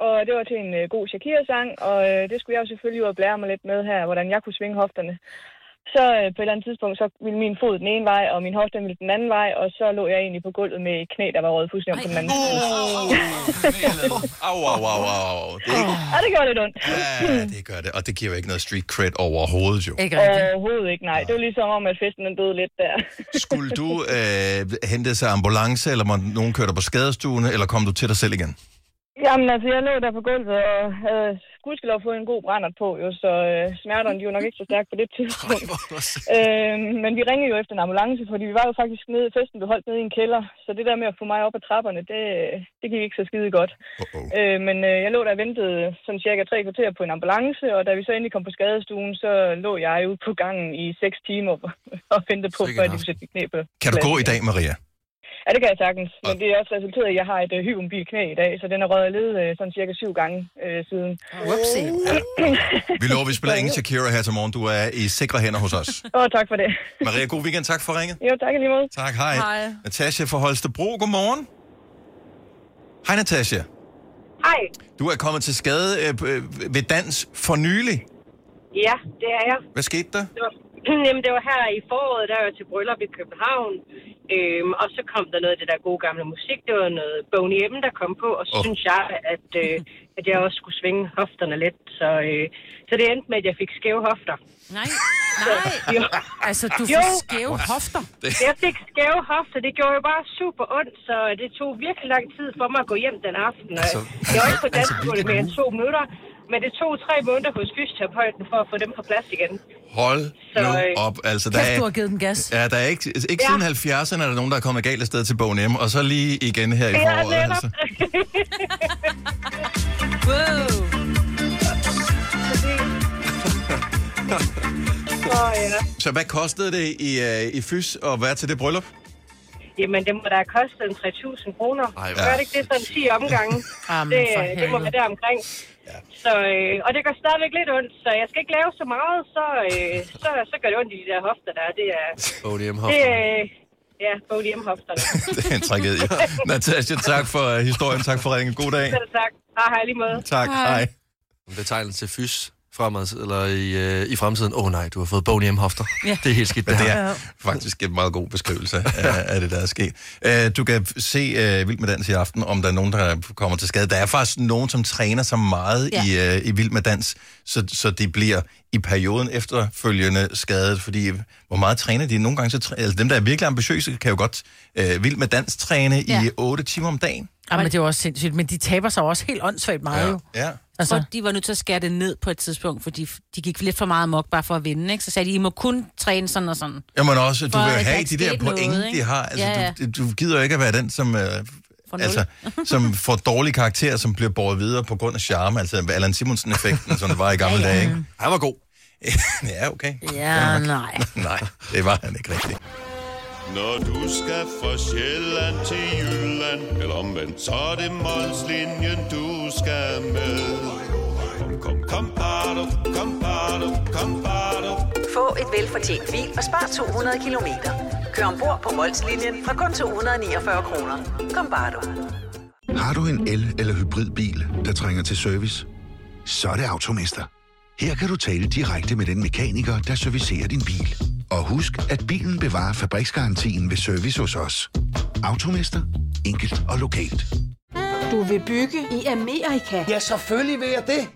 S11: og det var til en øh, god Shakira-sang, og øh, det skulle jeg jo selvfølgelig ud og blære mig lidt med her, hvordan jeg kunne svinge hofterne. Så øh, på et eller andet tidspunkt, så ville min fod den ene vej, og min hofte ville den anden vej, og så lå jeg egentlig på gulvet med et knæ, der var røget fuldstændig om på den anden side.
S1: Au, au, au, au. Det, er ikke,
S11: Ja, det gjorde lidt ondt.
S1: ja, det gør det, og det giver jo ikke noget street cred overhovedet, jo.
S2: Ikke rigtigt.
S11: Overhovedet ikke, nej. Det var ligesom om, at festen den døde lidt der.
S1: Skulle du øh, hente sig ambulance, eller må nogen kørte dig på skadestuen, eller kom du til dig selv igen?
S11: Jamen altså, jeg lå der på gulvet og havde gudskelov fået en god brændert på, jo, så øh, smerterne de var nok ikke så stærke på det tidspunkt. Øh, men vi ringede jo efter en ambulance, fordi vi var jo faktisk nede, festen blev holdt nede i en kælder, så det der med at få mig op ad trapperne, det, øh, det gik ikke så skide godt.
S1: Uh-oh.
S11: Øh, men øh, jeg lå der og ventede sådan cirka tre kvarter på en ambulance, og da vi så endelig kom på skadestuen, så lå jeg ude på gangen i seks timer og ventede på,
S3: Sikke
S11: før
S3: en
S11: de
S3: aften.
S11: kunne sætte mit knæ på.
S1: Kan du gå i dag, Maria?
S11: Ja, det kan jeg sagtens, men det er også resulteret i, at jeg har et øh, hypermobilt knæ i dag, så den er røget led øh, sådan cirka syv gange øh, siden.
S2: Whoopsie.
S1: Vi lover, vi spiller ingen Shakira her til morgen. Du er i sikre hænder hos os.
S11: Åh, tak for det.
S1: Maria, god weekend. Tak for ringet.
S11: Jo, tak i lige måde.
S1: Tak, hej.
S2: Hej.
S1: Natasha fra Holstebro, godmorgen. Hej, Natasha.
S12: Hej.
S1: Du er kommet til skade øh, øh, ved dans for nylig.
S12: Ja, det er jeg.
S1: Hvad skete der?
S12: Det var, jamen, det var her i foråret, der var jeg til bryllup i København. Øhm, og så kom der noget af det der gode gamle musik. Det var noget Boney M, der kom på. Og så
S1: Åh.
S12: oh. synes jeg, at, øh, at jeg også skulle svinge hofterne lidt. Så, øh, så det endte med, at jeg fik skæve hofter.
S6: Nej, nej.
S12: Jo,
S2: Altså, du får skæve hofter.
S12: jeg fik skæve hofter. Det gjorde jo bare super ondt, så det tog virkelig lang tid for mig at gå hjem den aften. Og
S3: Altså,
S12: jeg var ikke på
S3: altså,
S12: dansegulvet
S3: hvilken
S12: mere end
S3: uge?
S12: to minutter. Men det tog tre måneder hos fysioterapeuten for at få dem på plads igen.
S1: Hold
S12: Så,
S1: nu
S12: øh,
S1: op. Altså, der
S2: Kæft, du
S1: er,
S2: har givet den gas.
S1: ja, der er ikke, ikke
S12: Ja.
S1: siden 70'erne, er der nogen, der er kommet galt af sted til Bogen M, og så lige igen her i
S12: Det er
S1: foråret.
S12: netop.
S1: Altså.
S6: Wow.
S12: Åh, ja.
S1: Så hvad kostede det i, øh, i fys at være til det bryllup?
S12: Jamen, det må da have kostet en 3.000 kroner.
S3: Ej, hvor
S12: Gør det ikke det sådan 10 omgange?
S2: Jamen,
S12: det,
S2: for
S12: det må
S2: helvede.
S12: være deromkring. Ja. Så, øh, og det gør stadigvæk lidt ondt, så jeg skal ikke lave så meget, så, øh, så, så gør det ondt i de der hofter der. Det er,
S3: ODM
S12: det,
S3: hoften.
S12: øh, ja, hofterne.
S1: det er en tragedie. Natasha, tak for øh, historien. Tak for ringen. God dag.
S12: Selv tak. Hej, hej lige måde.
S1: Tak. Hej.
S3: En betegnelse fys fremad, eller i, øh, i fremtiden, åh oh, nej, du har fået bone hjemme hofter. Ja. Det er helt skidt,
S1: Men
S3: det,
S1: det
S3: her.
S1: er faktisk en meget god beskrivelse af, af det, der er sket. Øh, Du kan se øh, Vild med Dans i aften, om der er nogen, der kommer til skade. Der er faktisk nogen, som træner så meget
S13: Ja.
S1: i, øh, i Vild med Dans, så, så de bliver i perioden efterfølgende skadet, fordi hvor meget træner de? Nogle gange, så træ... altså, dem, der er virkelig ambitiøse, kan jo godt øh, Vild med Dans træne ja. i 8 timer om dagen.
S2: Ja, men det er jo også sindssygt. Men de taber sig jo også helt åndssvagt meget
S1: Ja.
S2: jo.
S1: Ja.
S4: Altså. Og de var nødt til at skære det ned på et tidspunkt, fordi de gik lidt for meget amok bare for at vinde. Ikke? Så sagde de, I må kun træne sådan og sådan.
S1: Jamen også,
S4: For
S1: du vil
S4: at der
S1: have
S4: ikke
S1: de der
S4: skete noget,
S1: point,
S4: ikke?
S1: de har. Altså,
S4: Ja, ja.
S1: Du, du gider jo ikke at være den, som, øh,
S4: Får nul.
S1: altså, som får dårlig karakter, som bliver båret videre på grund af charme. Altså Allan Simonsen-effekten, som det var i gamle dage. Ikke? Han var god. ja, okay.
S2: Ja, nej.
S1: nej, det var han ikke rigtigt.
S5: Når du skal fra Sjælland til Jylland, eller omvendt, så er det Molslinjen, du skal med. Kom, kom, kom, bado, kom, bado, kom, bado.
S8: Få et velfortjent bil og spar 200 kilometer. Kør ombord på Molslinjen fra kun 249 kroner. Kom bare du.
S9: Har du en el- eller hybridbil, der trænger til service? Så er det Automester. Her kan du tale direkte med den mekaniker, der servicerer din bil. Og husk, at bilen bevarer fabriksgarantien ved service hos os. Automester. Enkelt og lokalt.
S14: Du vil bygge i Amerika? Ja, selvfølgelig vil jeg det.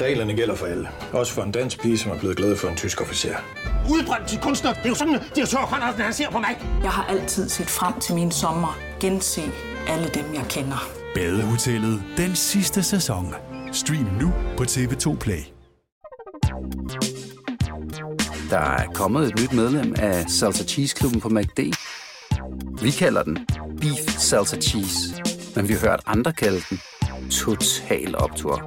S15: Reglerne gælder for alle. Også for en dansk pige, som er blevet glad for en tysk officer.
S16: Udbrændt til kunstner. Det er jo sådan, at de har Conradsen, han ser på mig. Jeg har altid set frem til min sommer. Gense alle dem, jeg kender.
S17: Badehotellet den sidste sæson. Stream nu på TV2 Play.
S18: Der er kommet et nyt medlem af Salsa Cheese Klubben på MACD. Vi kalder den Beef Salsa Cheese, men vi har hørt andre kalde den Total Optor.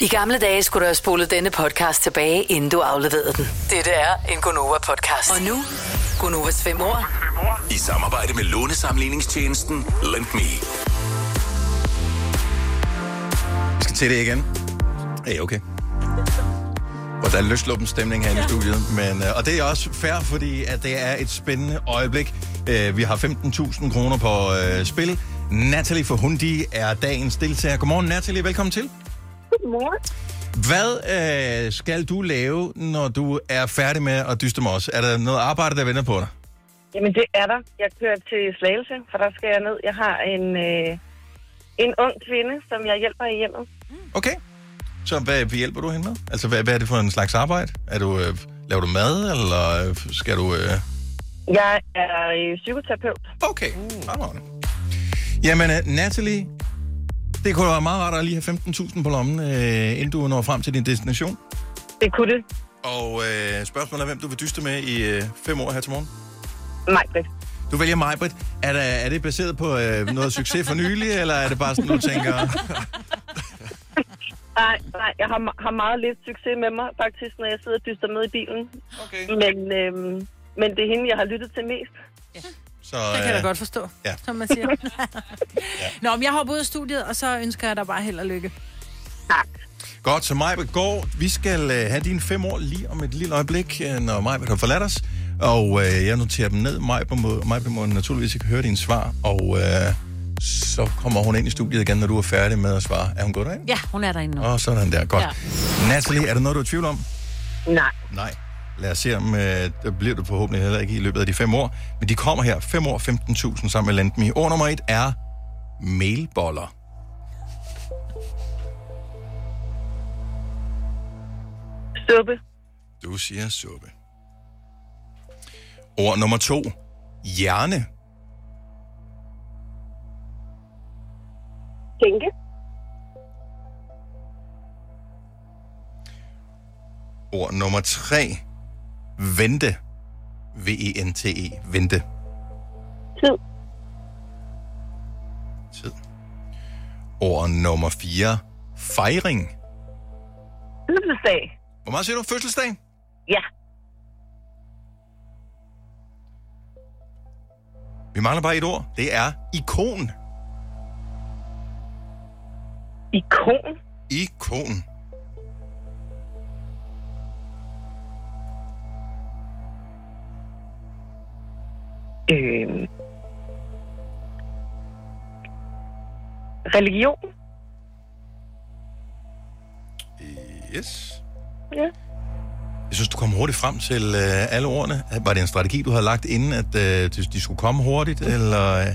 S8: I gamle dage skulle du have spolet denne podcast tilbage, inden du afleverede den. Dette er en Gonova-podcast. Og nu, Gonovas fem år.
S19: I samarbejde med lånesamligningstjenesten Lend Me.
S1: Vi skal til det igen. Ja, okay. Og der er løsluppen stemning herinde i studiet. Men, øh, og det er også fair, fordi at det er et spændende øjeblik. Øh, vi har 15.000 kroner på øh, spil. Natalie for Hundi er dagens deltager. Godmorgen, Natalie. Velkommen til.
S12: Godmorgen.
S1: Hvad øh, skal du lave, når du er færdig med at dyste med os? Er der noget arbejde, der venter på dig?
S12: Jamen, det er der. Jeg kører til Slagelse, for der skal jeg ned. Jeg har en, øh, en ung kvinde, som jeg hjælper i hjemmet.
S1: Okay. Så hvad, hvad hjælper du hende med? Altså, hvad, hvad er det for en slags arbejde? Er du, øh, laver du mad, eller øh, skal du... Øh...
S12: Jeg er øh, psykoterapeut.
S1: Okay, fremragende. Jamen, øh, Natalie, det kunne være meget rart at lige have 15.000 på lommen, øh, inden du når frem til din destination.
S12: Det kunne det.
S1: Og øh, spørgsmålet er, hvem du vil dyste med i øh, fem år her til morgen?
S12: Majbrit.
S1: Du vælger Majbrit. Er, der, er det baseret på øh, noget succes for nylig, eller er det bare sådan, du tænker...
S12: Nej, nej, jeg har, har meget lidt succes med mig, faktisk, når jeg sidder og dyster med i bilen.
S1: Okay.
S12: Men, øh, men det er hende, jeg har lyttet til mest.
S1: Så,
S2: Det kan jeg
S1: øh,
S2: da godt forstå,
S1: ja.
S2: ja. som man siger. Nå, men jeg hopper ud af studiet, og så ønsker jeg dig bare held og lykke.
S1: Godt, så Majbert går. Vi skal øh, have dine fem år lige om et lille øjeblik, øh, når Majbert har forladt os. Og øh, jeg noterer dem ned. Majbert må, Majbert må naturligvis ikke høre dine svar. Og øh, så kommer hun ind i studiet igen, når du er færdig med at svare. Er hun gået derind?
S4: Ja, hun er derinde nu.
S1: Åh, oh, sådan der. Godt.
S4: Ja.
S1: Ja. Natalie, er der noget, du er i tvivl om?
S12: Nej.
S1: Nej. Lad os se, om øh, der bliver du forhåbentlig heller ikke i løbet af de fem år. Men de kommer her. 5 år, 15.000 sammen med Landmi. Ord nummer et er mailboller.
S12: Suppe.
S1: Du siger suppe. Ord nummer to. Hjerne.
S12: Tænke.
S1: Ord nummer tre. Vente. E V-E-N-T-E. Vente.
S12: Tid.
S1: Tid. Ord nummer fire. Fejring.
S12: Fødselsdag.
S1: Hvor meget siger du? Fødselsdag?
S12: Ja.
S1: Vi mangler bare et ord. Det er ikon.
S12: Ikon?
S1: Ikon.
S12: Øh.
S13: Øhm.
S12: Religion.
S20: Yes.
S12: Ja.
S1: Jeg synes, du kom hurtigt frem til øh, alle ordene. Var det en strategi, du havde lagt inden, at øh, de- de skulle komme hurtigt, eller øh,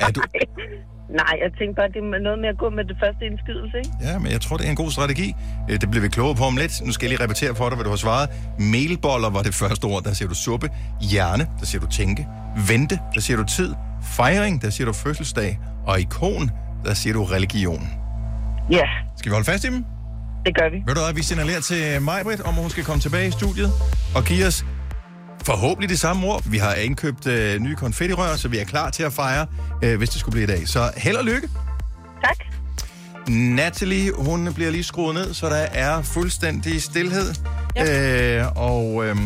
S1: er du...
S13: Nej, jeg tænkte bare, det er noget med at gå med det første indskydelse, ikke?
S1: Ja, men jeg tror, det er en god strategi. Øh, Det bliver vi klogere på om lidt. Nu skal jeg lige repetere for dig, hvad du har svaret. Melboller var det første ord, der siger du suppe. Hjerne, der siger du tænke. Vente, der siger du tid. Fejring, der siger du fødselsdag. Og ikon, der siger du religion.
S13: Ja,
S1: Skal vi holde fast i dem?
S13: Det gør vi.
S1: Ved du hvad, vi signalerer til Majbrit, om at hun skal komme tilbage i studiet og give os forhåbentlig det samme ord. Vi har indkøbt øh, nye konfettirør, så vi er klar til at fejre, øh, hvis det skulle blive i dag. Så held og lykke.
S13: Tak.
S1: Natalie, hun bliver lige skruet ned, så der er fuldstændig stillhed. Ja. Øh, og øh,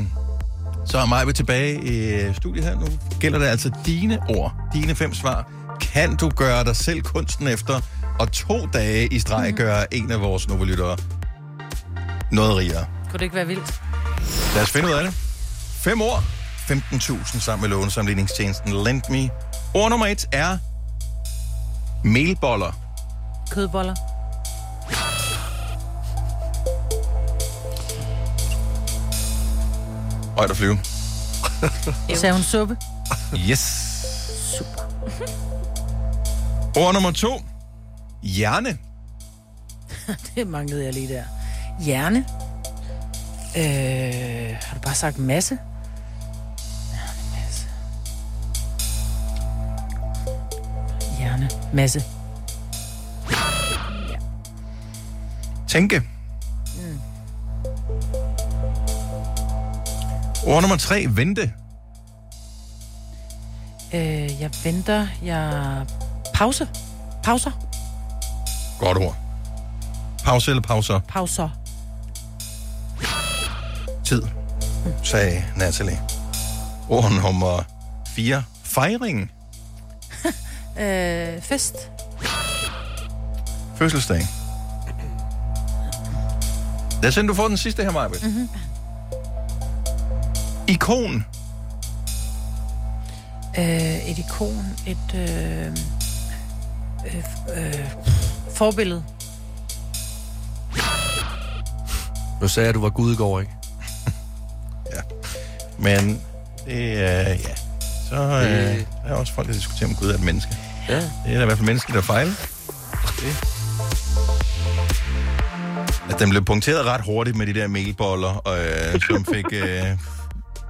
S1: så er Majbrit tilbage i øh, studiet her. Nu gælder det altså dine ord, dine fem svar. Kan du gøre dig selv kunsten efter, og to dage i streg gøre en af vores novelyttere noget rigere?
S2: Kunne det ikke være vildt?
S1: Lad os finde ud af det. Fem år, 15.000 sammen med lånesamligningstjenesten LendMe. Ord nummer et er melboller.
S2: Kødboller.
S1: Højt at flyve.
S2: Sagde hun suppe?
S1: Yes. Super. Ord nummer to. Hjerne.
S2: det manglede jeg lige der. Hjerne. Øh, har du bare sagt masse? Hjerne. Masse.
S1: Tænke.
S2: Mm.
S1: Ord nummer tre. Vente.
S2: Øh, jeg venter. Jeg... Pause. Pauser.
S1: Godt ord. Pause eller pauser?
S2: Pauser.
S1: Tid, sagde Natalie. Ord nummer fire. Fejring.
S2: Øh, fest.
S1: Fødselsdag. Lad os se, om du får den sidste her, Maja. Mm-hmm. Ikon.
S2: Øh, et ikon. Et... Øh, øh, øh, forbillede.
S3: Nu sagde jeg, at du var Gud i går, ikke?
S1: Men det er, ja, så øh,
S3: Det-
S1: der er også folk, der diskuterer, om Gud er et menneske.
S3: Ja.
S1: Det er da i hvert fald mennesket, der fejler. Det. At den blev punkteret ret hurtigt med de der melboller, øh, som fik øh,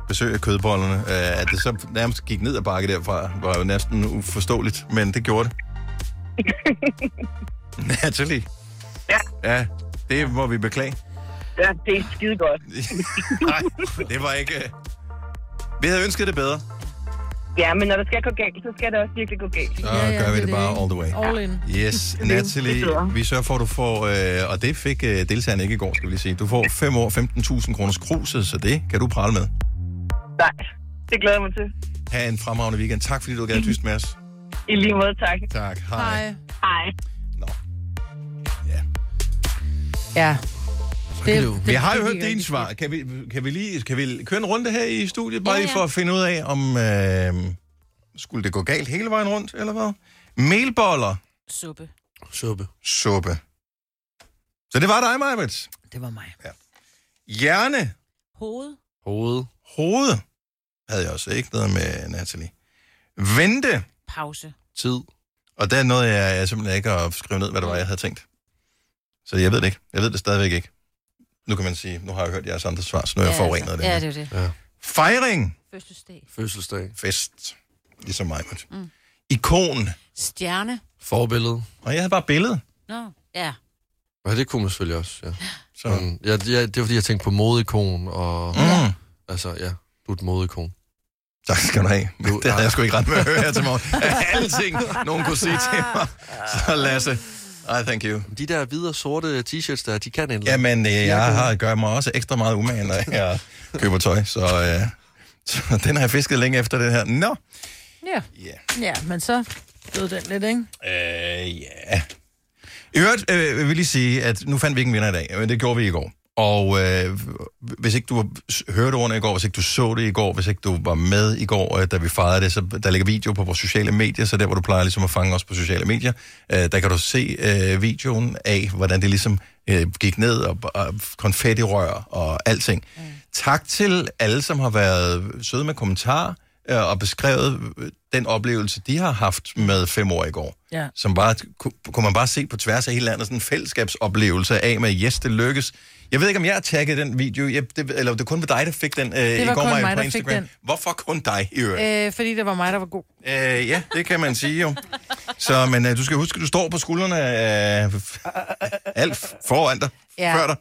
S1: besøg af kødbollerne. Øh, at det så nærmest gik ned ad bakke derfra, var jo næsten uforståeligt, men det gjorde det. Natalie. Ja. Ja, det må vi beklage.
S13: Ja, det er skide godt.
S1: Nej, det var ikke... øh, Vi havde ønsket det bedre.
S13: Ja, men når der skal gå galt, så skal det også virkelig gå galt.
S1: Så ja, ja, gør vi det, det bare all the way.
S13: All in. Det er
S1: Yes,
S13: det. Det
S1: Natalie,
S13: er bedre.
S1: vi sørger for, at du får, øh, og det fik øh, deltagerne ikke i går, skal vi lige sige. Du får 5 år 15.000 kroners kruset, så det kan du prale med.
S13: Nej, det glæder jeg mig til.
S1: Ha' en fremragende weekend. Tak fordi du gad at dyste med os.
S13: I lige måde, tak.
S1: Tak, hej. hej.
S13: Hej.
S2: Ja.
S1: Det,
S2: Det-
S1: det,
S2: det-
S1: vi har jo
S2: det
S1: hørt
S2: gik
S1: dine
S2: rigtig
S1: svar. Kan vi, kan, vi lige, kan vi køre en runde her i studiet, bare ja,
S2: Ja,
S1: ja. lige
S2: ja.
S1: for at finde ud af, om øh, skulle det gå galt hele vejen rundt, eller hvad? Melboller.
S2: Suppe.
S1: Suppe. Suppe. Så det var dig, Majbrits.
S2: Det var mig.
S1: Ja. Hjerne.
S4: Hoved.
S1: Hoved. Hoved. Havde jeg også ikke noget med Natalie. Vente.
S4: Pause.
S1: Tid. Og der nåede jeg, jeg simpelthen ikke at skrive ned, hvad det var, jeg havde tænkt. Så jeg ved det ikke. Jeg ved det stadigvæk ikke. Nu kan man sige, nu har jeg hørt jeres andre svar, så nu er jeg
S4: Ja,
S1: forurenet
S4: altså.
S1: af det.
S4: Ja,
S1: her.
S4: det er det.
S1: Ja. Fejring.
S4: Fødselsdag.
S1: Fødselsdag. Fest. Ligesom mig. Mm.
S4: Mm.
S1: Ikon.
S4: Stjerne.
S3: Forbillede.
S1: Og jeg havde bare billede.
S4: Nå, ja.
S3: Ja, det kunne man selvfølgelig også, ja.
S1: Så.
S3: Men, ja, ja det var, fordi jeg tænkte på modeikon, og...
S1: Mm.
S3: Altså, ja, du er et modeikon.
S1: Tak skal du have.
S3: Du,
S1: Det havde jeg sgu ikke ret med at høre her til morgen. Af Alle ting, nogen kunne sige til mig. Så Lasse, I thank you.
S3: De der hvide og sorte t-shirts der, de kan endelig.
S1: Jamen, øh, jeg har gør mig også ekstra meget umage, når jeg køber tøj, så, øh, så den har jeg fisket længe efter det her. Nå,
S2: Ja. Yeah. Ja, men så døde den lidt, ikke?
S1: Øh, ja. I øvrigt øh, vil jeg lige sige, at nu fandt vi ikke en vinder i dag, men det gjorde vi i går. Og øh, hvis ikke du var- hørte ordene i går, hvis ikke du så det i går, hvis ikke du var med i går, øh, da vi fejrede det, så der ligger video på vores sociale medier, så der hvor du plejer ligesom at fange os på sociale medier, øh, der kan du se øh, videoen af, hvordan det ligesom øh, gik ned, og, og konfettirør og alting. Mm. Tak til alle, som har været søde med kommentarer øh, og beskrevet øh, den oplevelse, de har haft med fem år i går
S2: Ja.
S1: som bare, ku- kunne man bare se på tværs af hele landet, sådan en fællesskabsoplevelse af med, yes, det lykkes. Jeg ved ikke, om jeg har tagget den video, jeg, det, eller det kun var dig, der fik den øh,
S2: Det
S1: i
S2: var
S1: går,
S2: kun
S1: Maja,
S2: mig,
S1: på
S2: der fik
S1: Instagram.
S2: den.
S1: Hvorfor kun dig i øvrigt?
S2: Øh, fordi det var mig, der var god.
S1: Øh. Øh, ja, det kan man sige jo. Så, men øh, du skal huske, at du står på skuldrene af øh, alt foran dig,
S2: Ja.
S1: ja. før dig.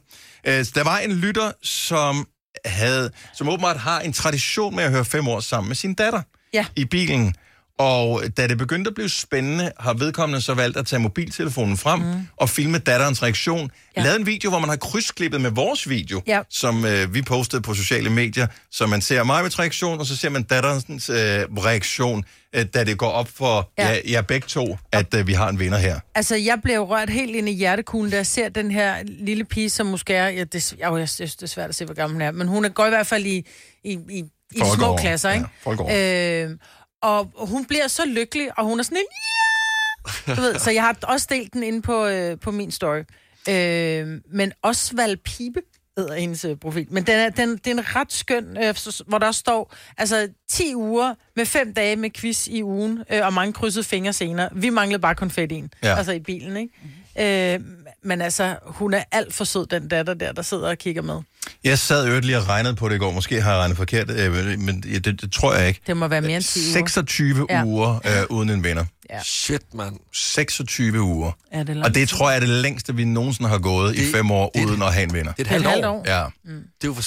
S1: Øh, så der var en lytter, som havde, som åbenbart har en tradition med at høre fem år sammen med sin datter
S2: Ja.
S1: i bilen. Og da det begyndte at blive spændende, har vedkommende så valgt at tage mobiltelefonen frem mm. og filme datterens reaktion. Ja. Lavet en video, hvor man har krydsklippet med vores video,
S2: Ja.
S1: som øh, vi postede på sociale medier, så man ser mig med reaktion, og så ser man datterens øh, reaktion, øh, da det går op for
S2: Ja.
S1: ja. jer, jer begge to, at øh, vi har en vinder her.
S2: Altså, jeg blev rørt helt ind i hjertekuglen, da jeg ser den her lille pige, som måske er... Ja, det, jeg, jeg synes, det er svært at se, hvor gammel hun er, men hun er går i hvert fald i, i, i, i de små
S1: Folkeår.
S2: klasser,
S1: Ja,
S2: ikke?
S1: folkeår.
S2: Ja, øh, og hun bliver så lykkelig, og hun er sådan en... "Ja!" Du ved, så jeg har også delt den inde på, øh, på min story. Øh, men Osvald Pibe hedder hendes øh, profil. Men den er, den, det er en ret skøn, øh, så- hvor der står altså 10 uger med 5 dage med quiz i ugen, øh, og mange krydsede fingre senere. Vi manglede bare konfettien, ja.
S21: Ja.
S2: altså i bilen, ikke? Øh, men altså, hun er alt for sød, den datter der, der sidder og kigger med.
S1: Jeg sad i øvrigt lige og regnede på det i går. Måske har jeg regnet forkert, øh, men det, det tror jeg ikke.
S2: Det må være mere end 10 uger.
S1: 26
S2: Ja.
S1: ja. uger øh, uden en vinder.
S2: Ja.
S1: Shit, mand. 26 uger.
S2: Ja, det er lang
S1: og det
S2: tid.
S1: tror jeg er det længste, vi nogensinde har gået det, i fem år, det, uden at have en vinder.
S2: Det er et Det er et halvt halvt år. år.
S1: Ja.
S2: Mm.
S1: Det er jo for...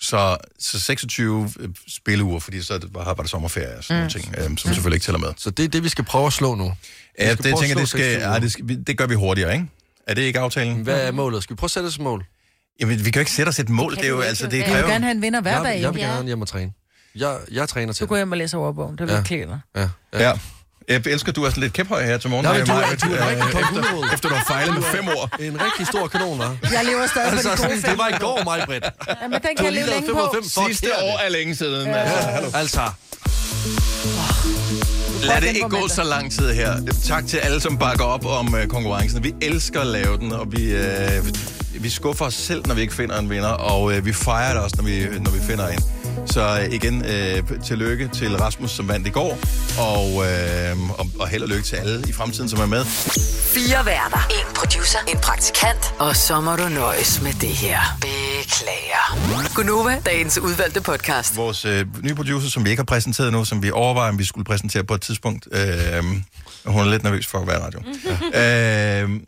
S1: Så, så 26 øh, spilleuger, fordi så er det- var var det sommerferie og sådan mm.
S3: Mm.
S1: nogle ting, øh, som selvfølgelig ikke tæller med.
S3: Så det er det, vi skal prøve at slå nu. Vi
S1: Ja,
S3: skal
S1: det
S3: prøve
S1: jeg
S3: at
S1: tænker,
S3: slå
S1: det, skal,
S3: 26 uger.
S1: ja, det, skal, vi- det gør vi hurtigere, ikke? Er det ikke aftalen?
S3: Hvad er målet? Skal vi prøve at sætte os et mål?
S1: Jamen, vi kan jo ikke sætte os et mål. Det, er jo, altså, det
S2: Jeg
S1: kræver...
S2: vil gerne have en vinder hver
S3: jeg,
S2: dag.
S3: Jeg vil
S2: jo.
S3: gerne hjem og træne. Jeg, jeg træner til
S2: Du går hjem og læser ordbogen, det vil
S3: Ja.
S2: ja. klæde
S3: Ja.
S1: ja. Jeg elsker, at du er sådan lidt kæphøj her til morgen.
S3: Nej, men du,
S1: Maja,
S3: er- du er en
S1: øh,
S3: rigtig
S1: efter-
S3: kanon.
S1: Efter du har fejlet med fem år.
S3: En rigtig stor kanon, hva'?
S2: Jeg lever stadig på de gode
S3: sådan,
S2: fem
S3: Det var i
S2: år.
S3: går, mig, Britt.
S2: Ja, men den kan jeg leve længe på.
S1: Sidste år er længe siden.
S2: Ja.
S1: Altså, hallo.
S3: Altså.
S1: Lad det ikke gå så lang tid her. Tak til alle, som bakker op om øh, konkurrencen. Vi elsker at lave den, og vi, øh, vi skuffer os selv, når vi ikke finder en vinder, og øh, vi fejrer det også, når vi, når vi finder en. Så øh, igen, øh, tillykke til Rasmus, som vandt i går, og, øh, og, og held og lykke til alle i fremtiden, som er med.
S8: Fire værter. En producer. En praktikant. Og så må du nøjes med det her. Beklager. Gunova, dagens udvalgte podcast.
S1: Vores øh, nye producer, som vi ikke har præsenteret nu, som vi overvejer, om vi skulle præsentere på et tidspunkt. Øh, hun er lidt nervøs for at være i radio. øh,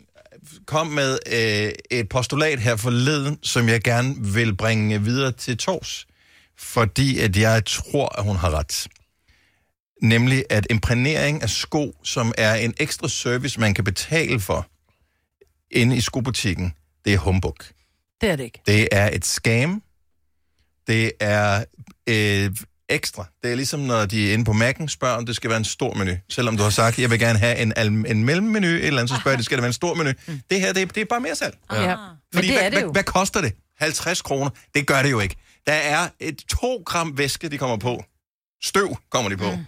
S1: kom med øh, et postulat her forleden, som jeg gerne vil bringe videre til Tors, fordi at jeg tror, at hun har ret. Nemlig, at imprægnering af sko, som er en ekstra service, man kan betale for inde i skobutikken, det er humbug.
S2: Det er det ikke.
S1: Det er et scam. Det er øh, ekstra. Det er ligesom, når de er inde på Mac'en, spørger, om det skal være en stor menu. Selvom du har sagt, jeg vil gerne have en, alm- en mellemmenu, et eller andet, så spørger de, skal det være en stor menu? Det her, det, er- det er bare mere salg.
S2: Mm. Ah. Ja. Ja. Men
S1: Fordi
S2: det
S1: hvad,
S2: er det
S1: Hvad,
S2: jo.
S1: hvad koster det? 50 kroner? Det gør det jo ikke. Der er et 2 gram væske, de kommer på. Støv kommer de på. Mm.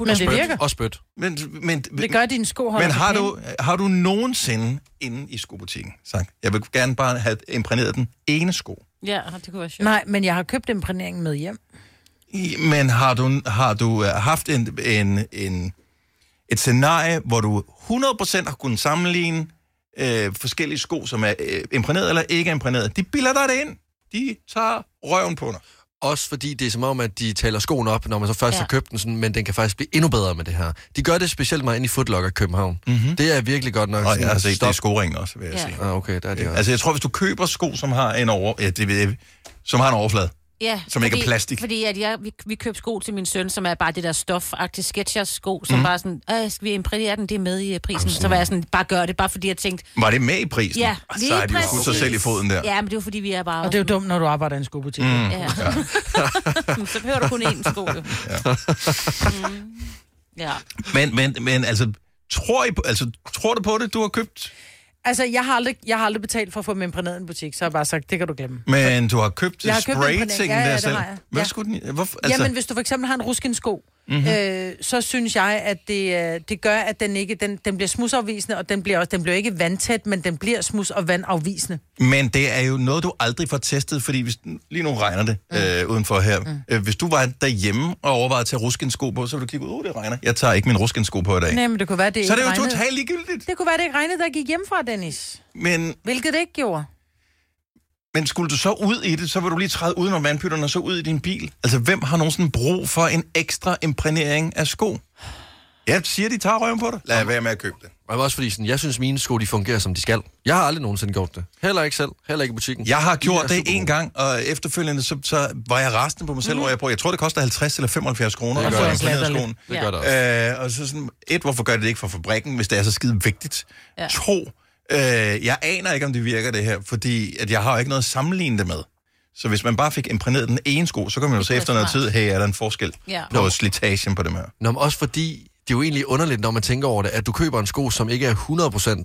S2: Men det virker.
S3: Og spyt.
S1: Men, men,
S2: Det gør, at dine sko holder
S1: men
S2: sig
S1: har
S2: pæne.
S1: du, har du nogensinde inde i skobutikken sagt, jeg vil gerne bare have imprægneret den ene sko?
S4: Ja, det kunne være sjovt.
S2: Nej, men jeg har købt imprægneringen med hjem.
S1: I- Men har du, har du øh, haft en, en, en, et scenarie, hvor du 100% har kunnet sammenligne øh, forskellige sko, som er øh, imprægneret eller ikke imprægneret? De bilder dig det ind. De tager røven på dig.
S3: Også fordi det er som om, at de taler skoen op, når man så først
S1: Ja.
S3: ja. har købt den, sådan, men den kan faktisk blive endnu bedre med det her. De gør det specielt meget inde i Footlocker i København.
S1: Mhm.
S3: Det er virkelig godt nok.
S1: Og
S3: sådan,
S1: jeg har set
S3: stop.
S1: det i skoringen også, vil jeg
S4: Ja.
S1: sige.
S3: Ah, okay, der er det også.
S1: Altså, jeg tror, hvis du køber sko, som har en, over, ja, det, ved jeg- som har en overflade,
S4: Ja,
S1: Som ikke er plastik.
S4: Fordi at jeg, vi, vi købte sko til min søn, som er bare det der stofagtige Skechers sko, som mm.
S1: Mhm.
S4: bare sådan, øh, skal vi imprægnere den, det er med i øh, prisen. Så var jeg sådan, bare gør det, bare fordi jeg tænkte,
S1: var det med i prisen?
S4: ja,
S1: Ah, så har de jo skudt sig selv i foden der.
S4: Ja, men det er jo fordi, vi er bare...
S2: Og det er jo dumt, når du arbejder i en skobutik.
S1: Mm.
S4: Ja. så behøver du kun én sko, jo. Ja. Mm.
S1: Men, men, men altså, tror, I, på- altså, tror du på det, du har købt?
S2: Altså, jeg har, aldrig, jeg har aldrig betalt for at få membraneret i en butik, så har jeg bare sagt, det kan du glemme.
S1: Men du har købt
S2: Jeg har købt en banan.
S1: spraytingen
S2: Ja, ja,
S1: der
S2: det
S1: selv.
S2: har jeg.
S1: Hvad
S2: Ja.
S1: skulle den... Hvorfor?
S2: Altså... Jamen, hvis du for eksempel har en ruskinsko,
S1: Mhm.
S2: mm-hmm. øh, så synes jeg, at det, øh, det gør, at den ikke den, den bliver smusafvisende, og den bliver, også, den bliver ikke vandtæt, men den bliver smus- og vandafvisende.
S1: Men det er jo noget, du aldrig får testet, fordi hvis, lige nu regner det mm. øh, udenfor her. Mm. Øh, hvis du var derhjemme og overvejede at tage ruskensko på, så ville du kigge ud, oh, det regner. Jeg tager ikke min ruskensko på i dag.
S2: Nej, men det kunne være, det ikke
S1: Så er det jo
S2: regnede.
S1: totalt ligegyldigt.
S2: Det kunne være, det ikke regnede, der gik hjem fra, Dennis.
S1: Men,
S2: Hvilket det ikke gjorde.
S1: men skulle du så ud i det, så vil du lige træde udenom vandpytterne og så ud i din bil. Altså, hvem har nogensinde brug for en ekstra imprægnering af sko? Jeg siger, de tager røven på dig. Lad være med at købe det.
S3: Og også fordi, sådan, jeg synes, mine sko de fungerer, som de skal. Jeg har aldrig nogensinde gjort det. Heller ikke selv, heller ikke i butikken.
S1: Jeg har
S3: De
S1: gjort
S3: er
S1: det
S3: supergode.
S1: en gang, og efterfølgende så, så var jeg resten på mig selv, mm. hvor jeg brugte, jeg tror, det koster 50 eller 75
S3: Mhm.
S1: kroner
S3: Det
S1: at
S3: gør
S1: få
S3: det.
S1: imprægneret
S3: Det
S1: skoen.
S3: gør det
S1: Øh, og så sådan, et, hvorfor gør det det ikke for fabrikken, hvis det er så skide vigtigt?
S2: Ja.
S1: Ja. To, øh, jeg aner ikke, om det virker det her, fordi at jeg har jo ikke noget at sammenligne det med. Så hvis man bare fik imprægneret den ene sko, så kan man jo se efter noget tid, hey, er der en forskel
S3: Ja.
S1: ja. på slitagen på dem her?
S3: Nå, men også fordi, det er jo egentlig underligt, når man tænker over det, at du køber en sko, som ikke er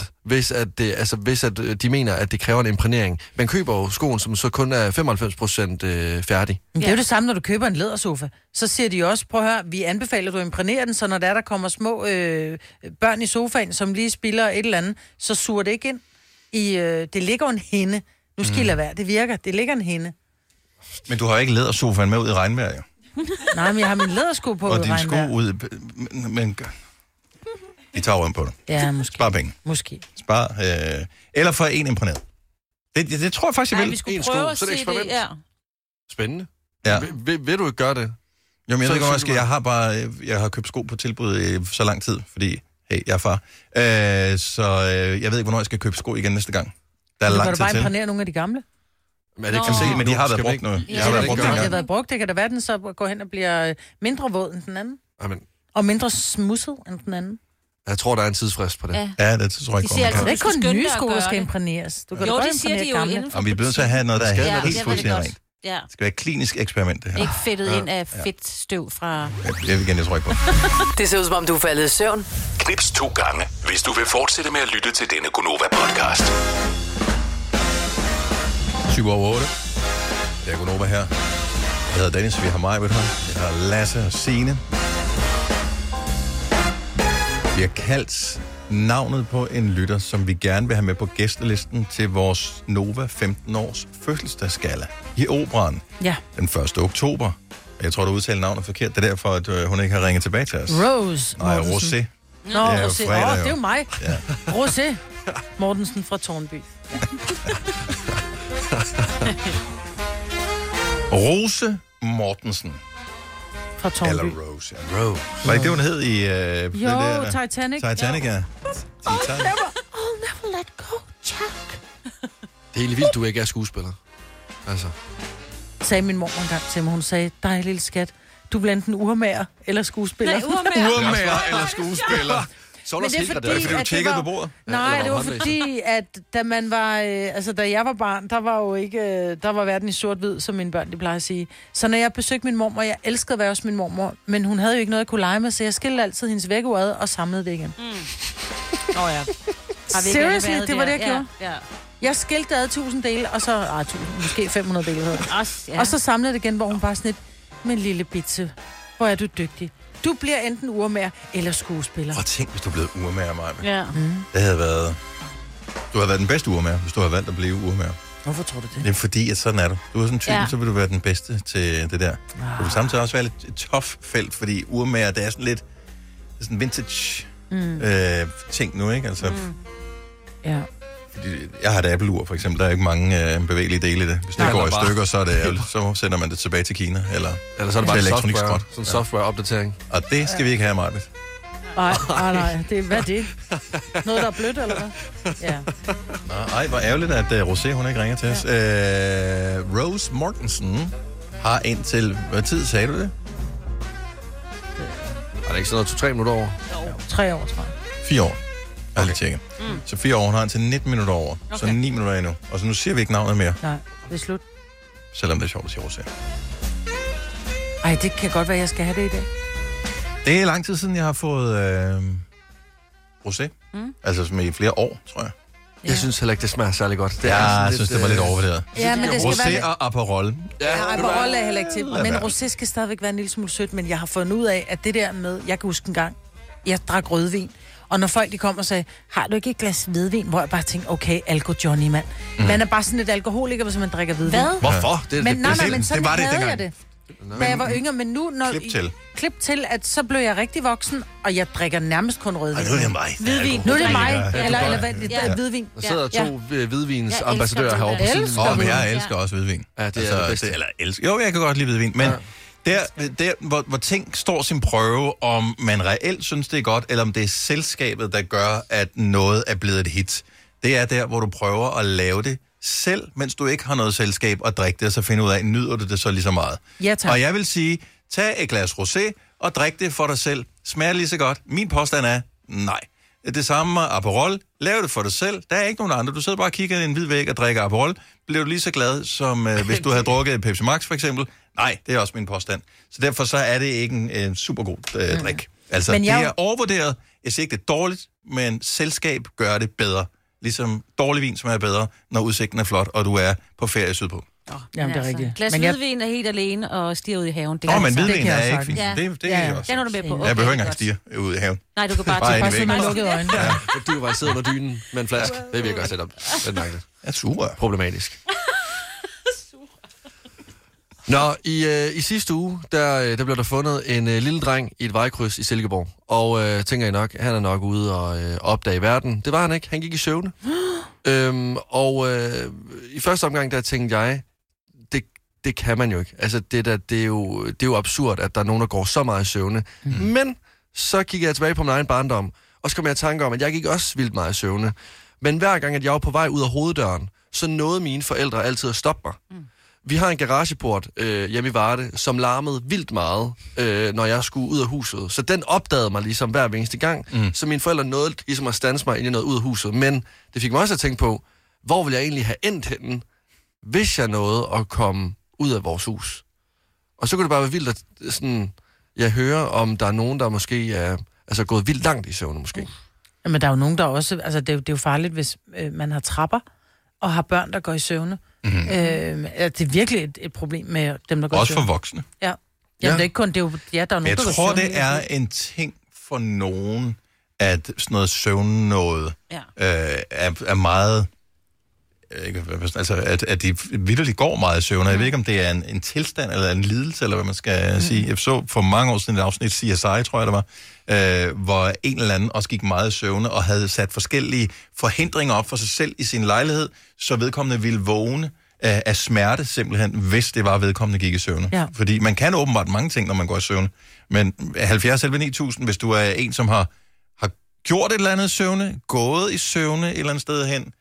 S3: 100%, hvis, at det, altså, hvis at øh, de mener, at det kræver en imprænering. Man køber jo skoen, som så kun er 95% øh, færdig.
S2: Men det er jo det samme, når du køber en lædersofa. Så siger de også, prøv at høre, vi anbefaler, at du imprægnerer den, så når der, er, der kommer små øh, børn i sofaen, som lige spiller et eller andet, så suger det ikke ind. I, øh, det ligger jo en hende. Nu skal mm. I
S1: Mm.
S2: lade være. Det virker. Det ligger en hende.
S1: Men du har jo ikke lædersofaen med ud i regnvejr, jo.
S2: Nej, men jeg har min lædersko på.
S1: Og
S2: i
S1: dine sko
S2: regnvejr.
S1: ud... i- Men, men de tager røven på dig.
S2: Ja, måske.
S1: Spar penge.
S2: Måske.
S1: Spar, øh, eller for en imponeret. Det, det, det tror jeg faktisk, jeg
S4: Nej,
S1: vil.
S4: vi skulle prøve at se det. Ja.
S3: Spændende.
S1: Ja.
S3: Vil, vil, du ikke gøre det?
S1: Jamen, jeg
S3: Så
S1: ved ikke, om jeg
S3: synes
S1: skal. Jeg har bare, øh, jeg har købt sko på tilbud i så lang tid, fordi, hey, jeg er far. Øh, så øh, jeg ved ikke, hvornår jeg skal købe sko igen næste gang. Der er
S2: Du
S1: lang
S2: kan
S1: tid
S2: da bare
S1: til.
S2: imprægnere nogle af de gamle.
S3: Men er det
S1: Kan
S3: ikke
S1: se, men de har
S3: Skal
S1: været
S3: vi
S1: brugt
S3: ikke-
S1: noget.
S3: Ja,
S1: Jeg har
S3: det
S1: været brugt
S3: gør
S1: dengang.
S2: Det har været brugt. Det kan da være, den så går hen og bliver øh, mindre våd end den anden.
S3: Jamen,
S2: Og mindre smusset end den anden.
S3: jeg tror, der er en tidsfrist på det.
S2: Ja.
S1: Ja, det tror jeg
S2: De
S1: ikke.
S2: siger
S1: godt, man
S2: altså,
S1: kan.
S2: det er ikke kun
S4: skynde
S2: nye
S4: dig at
S2: sko, der
S4: gøre
S2: skal
S4: det.
S2: imprægneres. Du kan
S4: Jo,
S2: da godt
S4: det siger de
S2: imprægnere
S4: jo
S2: gamle.
S4: inden for
S1: Og vi er nødt til at have noget, der er
S4: butikken.
S1: helt
S4: det er
S1: fuldstændig
S4: rigtig godt.
S1: rent.
S4: Ja.
S1: Det skal være et klinisk eksperiment, det her.
S4: Ikke fedtet ind af
S1: Ja.
S4: fedt støv fra...
S1: Jeg, jeg, igen, jeg tror ikke på det.
S8: Det ser ud som om, du er faldet i søvn.
S19: Knips to gange, hvis du vil fortsætte med at lytte til denne Gunova-podcast.
S1: 7 over 8. Jeg er Gunova her. Jeg hedder Dennis, vi har mig ved her. Jeg har Lasse og Signe. Vi har kaldt navnet på en lytter, som vi gerne vil have med på gæstelisten til vores Nova 15-års fødselsdagsgala i Operan
S2: Ja.
S1: den 1. oktober. Jeg tror, du udtaler navnet forkert. Det er derfor, at øh, hun ikke har ringet tilbage til os.
S2: Rose
S1: Nej,
S2: Mortensen.
S1: Rosé.
S2: Nå,
S1: Det er jo
S2: Rosé.
S1: fredag,
S2: Åh,
S1: jo.
S2: det er jo mig.
S1: Ja.
S2: Rosé Mortensen fra Tornby.
S1: Rose Mortensen.
S2: Fra Tornby.
S1: Eller Rose, ja. Rose. Var det ikke det, hun hed i... Øh, det
S2: Jo,
S1: der-
S2: Titanic.
S1: Titanic, ja. Titanic.
S2: I'll never let go, Jack.
S3: Det er helt vildt, du ikke er skuespiller. Altså.
S2: Sagde min mor engang til mig. Hun sagde, dig lille skat, du bliver enten urmager eller skuespiller.
S4: Nej, urmager.
S1: Urmager eller skuespiller.
S3: Så
S2: Men det er fordi,
S1: fordi du
S2: at
S1: tjekkede på bordet?
S2: Nej, det var fordi, at da man var, øh, altså da jeg var barn, der var jo ikke, øh, der var verden i sort-hvid, som mine børn de plejer at sige. Så når jeg besøgte min mormor, jeg elskede at være hos min mormor, men hun havde jo ikke noget at kunne lege med, så jeg skilte altid hendes vækkeur ad og samlede det igen.
S4: Nå ja. Har vi ikke
S2: Seriously,
S4: været
S2: det var
S4: der?
S2: det, jeg gjorde.
S4: Ja, ja.
S2: Jeg skilte det ad 1000 dele, og så, ah, 1000, måske 500 dele hedder det.
S4: Også, ja.
S2: Og så samlede det igen, hvor hun bare sådan lidt, min lille bitse, hvor er du dygtig. Du bliver enten urmager eller skuespiller.
S1: Og tænk, hvis du blev urmager, Maja.
S2: Ja. Mm.
S1: Det havde været... Du havde været den bedste urmager, hvis du havde valgt at blive urmager.
S2: Hvorfor tror du det?
S1: Det er fordi, at sådan er du. Du er sådan en type,
S2: Ja.
S1: ja. så vil du være den bedste til det der.
S2: Ah.
S1: Du vil samtidig også være lidt et tough felt, fordi urmager, det er sådan lidt det er sådan vintage
S2: Mm.
S1: øh, ting nu, ikke? Altså, mm.
S2: Ja.
S1: fordi jeg har et Apple-ur, for eksempel. Der er ikke mange øh, bevægelige dele i det. Hvis det
S3: Nej,
S1: går i
S3: bare-
S1: stykker, så, er det, ærgerligt. så sender man det tilbage til Kina. Eller,
S3: Eller så er det bare en
S1: til elektronisk
S3: software,
S1: skrot.
S3: sådan en software-opdatering.
S1: Og det skal vi ikke have, Maja.
S2: Nej, nej, nej. Det, hvad er det? Noget, der er blødt, eller hvad? Ja.
S1: Nå, Ej, hvor ærgerligt, at uh, Rosé, hun ikke ringer til os. Ja. Uh, Rose Mortensen har indtil... Hvad tid sagde du det?
S3: Er det ikke sådan noget 2-3 minutter over?
S2: Tre år, tror jeg.
S1: Fire år. Jeg okay. tjekke. Mm. Så fire år, hun har indtil 19 minutter over. Okay. Så
S2: Okay.
S1: 9 minutter endnu. Og så nu siger vi ikke navnet mere,
S2: Nej, det er slut.
S1: selvom det er sjovt at sige Rosé.
S2: Ej, det kan godt være, jeg skal have det i dag.
S1: Det er lang tid siden, jeg har fået øh, Rosé.
S2: Mm.
S1: Mm. Altså som i flere år, tror jeg.
S3: Jeg synes heller ikke, det smager særlig godt. Det
S1: Ja,
S3: sådan
S1: jeg synes, det var lidt
S3: øh,
S1: overvurderet.
S2: Ja, men det skal
S1: Rosé
S2: være-
S1: og Aperol.
S2: Ja, ja Aperol er heller ikke til.
S1: Lad
S2: Men
S1: være.
S2: rosé skal stadigvæk være en lille smule sødt, men jeg har fundet ud af, at det der med, jeg kan huske en gang, jeg drak rødvin, og når folk de kom og sagde, har du ikke et glas hvidvin, hvor jeg bare tænkte, okay, alko Johnny, mand. Mm. Man er bare sådan lidt alkoholiker, hvis man drikker hvidvin.
S3: Hvad? Hvorfor? Det
S2: Det,
S3: er-
S2: men,
S3: det-
S2: nej,
S3: det-
S2: nej, men sådan
S3: det var
S2: det
S3: det
S2: havde jeg
S3: dengang.
S2: det.
S3: Men-
S2: Da jeg var yngre, men nu... Når
S3: Klip til.
S2: Klip til, at så blev jeg rigtig voksen, og jeg drikker nærmest kun rødvin.
S3: Ej, nu er det mig.
S2: Hvidvin.
S3: Alkohol.
S2: Nu er det mig.
S3: Ja, det er
S2: Ja, eller,
S17: Ah.
S3: godt.
S2: eller hvad? Det er
S3: Ja.
S2: hvidvin.
S3: Der sidder
S2: Ja.
S3: to øh, hvidvins
S2: Jeg elsker
S3: ambassadører
S2: hvidvin.
S3: herovre på
S2: Jeg
S3: siden.
S2: elsker
S1: Åh, men jeg elsker også hvidvin. Altså,
S3: Ja, det er det bedste.
S1: eller elsker. Jo, jeg kan godt lide hvidvin, men ja. der, der hvor, hvor ting står sin prøve, om man reelt synes, det er godt, eller om det er selskabet, der gør, at noget er blevet et hit, det er der, hvor du prøver at lave det selv, mens du ikke har noget selskab at drikke det, og så finde ud af, nyder du det så lige så meget.
S2: Ja, tak.
S1: Og jeg vil sige, tag et glas rosé og drik det for dig selv. Smager det lige så godt? Min påstand er, nej. Det samme med Aperol. Lav det for dig selv. Der er ikke nogen andre. Du sidder bare og kigger i en hvid væg og drikker Aperol. Bliver du lige så glad, som øh, hvis du havde drukket Pepsi Max for eksempel? Nej, det er også min påstand. Så derfor så er det ikke en øh, super god øh, drik. Altså,
S2: Mm. Men
S1: jeg...
S2: jeg-
S1: det er overvurderet. Jeg siger ikke, det er dårligt, men selskab gør det bedre. Ligesom dårlig vin smager bedre, når udsigten er flot, og du er på ferie sydpå.
S2: Jamen, det er rigtigt.
S4: Glas
S2: Men jeg-
S4: hvidvin er helt alene og stiger ud i haven. Det
S1: Nå,
S4: kan
S1: men
S4: jeg sagtens.
S1: hvidvin
S4: Det kan
S1: er
S4: jeg
S1: ikke
S4: sagtens.
S1: fint. Det- det er jeg også.
S4: Den er du med på.
S1: Okay, jeg behøver ikke
S4: godt.
S1: engang stige ud i haven.
S4: Nej, du kan bare
S1: Bare
S4: tage
S1: ind i væggen.
S4: bare
S1: Bare
S4: lukkede øjne.
S3: Ja, du var siddet med dynen med en flaske. Det virker også lidt op. Lidt mærkeligt.
S1: Jeg super.
S3: Problematisk. Nå, i, øh, i sidste uge, der, øh, der blev der fundet en øh, lille dreng i et vejkryds i Silkeborg. Og øh, tænker I nok, han er nok ude og øh, opdage verden. Det var han ikke. Han gik i søvne. øhm, og øh, i første omgang, der tænkte jeg, det, det kan man jo ikke. Altså, det, der, det, er jo, det er jo absurd, at der er nogen, der går så meget i søvne. Mm. Men så kigger jeg tilbage på min egen barndom, og så kom jeg i tanke om, at jeg gik også vildt meget i søvne. Men hver gang, at jeg var på vej ud af hoveddøren, så nåede mine forældre altid at stoppe mig. Mm. Vi har en garageport øh, hjemme i Varde, som larmede vildt meget, øh, når jeg skulle ud af huset. Så den opdagede mig ligesom hver eneste gang. Mm. Så mine forældre nåede ligesom at stanse mig, inden jeg nåede ud af huset. Men det fik mig også at tænke på, hvor ville jeg egentlig have endt henne, hvis jeg nåede at komme ud af vores hus. Og så kunne det bare være vildt at øh, sådan, jeg hører, om der er nogen, der måske er altså, gået vildt langt i søvn, måske.
S2: Jamen, der er jo nogen, der også... Altså, det er jo, det er jo farligt, hvis øh, man har trapper og har børn, der går i søvne. Mm-hmm. Øh, er det er virkelig et, et problem med dem, der går
S1: Mhm. Også
S2: i
S1: for
S2: søvne.
S1: voksne.
S2: Ja. Jamen, ja.
S1: Ja.
S2: det er ikke kun... Det er jo, ja, der er nogen,
S1: Jeg
S2: der går i
S1: tror,
S2: søvne
S1: det
S2: hele
S1: er
S2: tiden.
S1: en ting for nogen, at sådan noget søvnnåde
S2: Ja.
S1: ja. øh, er, er meget... øh, Ikke, hvad- hvad- altså, at, at de vidderligt går meget i søvn, og jeg ved ikke, om det er en, en tilstand eller en lidelse, eller hvad man skal mm. sige. Jeg så for mange år siden et afsnit, CSI, tror jeg, det var, øh, hvor en eller anden også gik meget i søvn og havde sat forskellige forhindringer op for sig selv i sin lejlighed, så vedkommende ville vågne øh, af smerte, simpelthen, hvis det var, vedkommende gik i søvn.
S2: Ja.
S1: Fordi man kan åbenbart mange ting, når man går i søvn. Men 70 11 9000, hvis du er en, som har, har gjort et eller andet i søvne, gået i søvne et eller andet sted hen,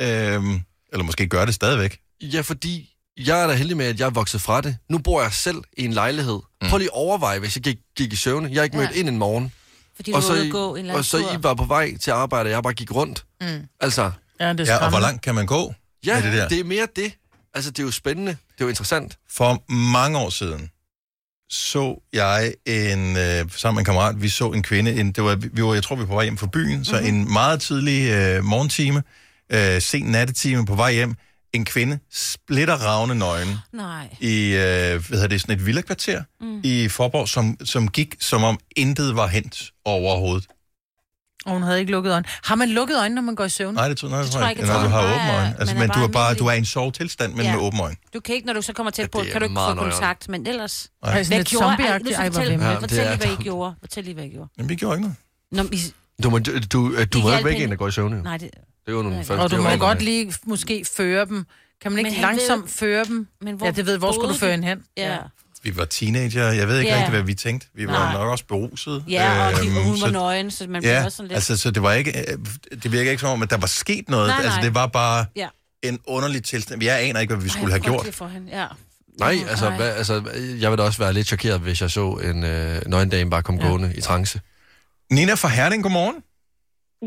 S1: øhm, eller måske gør det stadigvæk.
S3: Ja, fordi jeg er da heldig med, at jeg er vokset fra det. Nu bor jeg selv i en lejlighed. Mm. Prøv lige at overveje, hvis jeg gik, gik i søvne. Jeg er ikke
S4: Ja.
S3: ja. mødt ind en morgen.
S4: Fordi du var ude at gå en eller anden
S3: og så
S4: tur.
S3: I var på vej til arbejde, og jeg bare gik rundt.
S4: Mm.
S3: Altså,
S2: Ja, det er
S1: Ja, og hvor
S3: skræmmende.
S1: langt kan man gå
S3: ja
S1: med det der?
S3: det er mere det. Altså, det er jo spændende. Det er jo interessant.
S1: For mange år siden så jeg en, øh, sammen med en kammerat, vi så en kvinde, en, det var, vi var, jeg tror vi var på vej hjem fra byen,
S3: Mhm.
S1: så mm-hmm. en meget tidlig øh, morgentime, øh, sen nattetime på vej hjem, en kvinde splitter ravne nøgen
S4: Nej.
S1: i, øh, hvad hedder det, sådan et villakvarter mm. i Forborg, som, som gik, som om intet var hent overhovedet.
S2: Mm. Og hun havde ikke lukket øjnene. Har man lukket øjnene, når man går i søvne?
S1: Nej, det tror jeg,
S2: Det
S1: det
S2: tror
S1: tror
S2: jeg
S1: jeg ikke.
S2: ikke, jeg
S1: Når du
S2: tror,
S1: har
S2: man
S1: åbne
S2: bare er-
S1: øjne. Altså,
S4: man
S1: men
S4: er
S1: du
S4: bare
S1: er, bare,
S4: almindelig.
S1: du er i en sovetilstand, men
S4: Ja.
S1: med åbne øjne.
S4: Du kan ikke, når du så kommer tæt på,
S1: Ja, det er
S4: kan du ikke få
S1: meget nøjere.
S4: kontakt, men ellers...
S1: Nej. Ej, sådan lidt
S4: Ej,
S2: zombieagtigt.
S4: nu så
S2: Ej, hvor
S4: fortæl,
S2: vimlet.
S4: ja,
S3: Ja, det
S4: fortæl
S3: er
S4: lige, hvad I
S3: dumt.
S4: gjorde. Fortæl lige, hvad I gjorde.
S1: Men vi gjorde ikke noget.
S4: Nå, men I...
S3: Du, må, du, du, øh, du
S4: I
S3: må
S4: hjalp
S3: jo ikke en,
S4: hende.
S3: der går i søvne. Jo.
S4: Nej, det...
S3: Det er jo nogle første
S2: Og du må
S3: det er jo
S2: godt
S3: nogle-
S2: lige måske føre dem. Kan man
S4: Men
S2: ikke
S4: han
S2: langsomt
S4: ved-
S2: føre dem?
S4: Men hvor
S2: ja, det ved, hvor skulle du
S4: boede
S2: føre hende
S4: de?
S2: hen?
S4: Ja.
S1: Vi var teenager, jeg ved ikke
S4: Ja.
S1: yeah. rigtig, hvad vi tænkte. Vi var
S4: Nej.
S1: Nej. nok også beruset. Øhm,
S4: Ja, og de- og hun var
S1: så-
S4: nøgen, så man blev også sådan lidt-
S1: altså, så det var ikke... øh, Det virker ikke som om, at der var sket noget.
S4: Nej, nej.
S1: Altså, det var bare
S4: Ja.
S1: en underlig tilstand. Jeg aner ikke, hvad vi
S4: Ej,
S1: skulle have gjort.
S4: frygteligt For hende. Ja.
S3: Nej, altså,
S4: Nej.
S3: hvad, altså, jeg vil da også være lidt chokeret, hvis jeg så en øh, nøgendame bare komme ja. gående i trance.
S1: Nina fra Herning, godmorgen.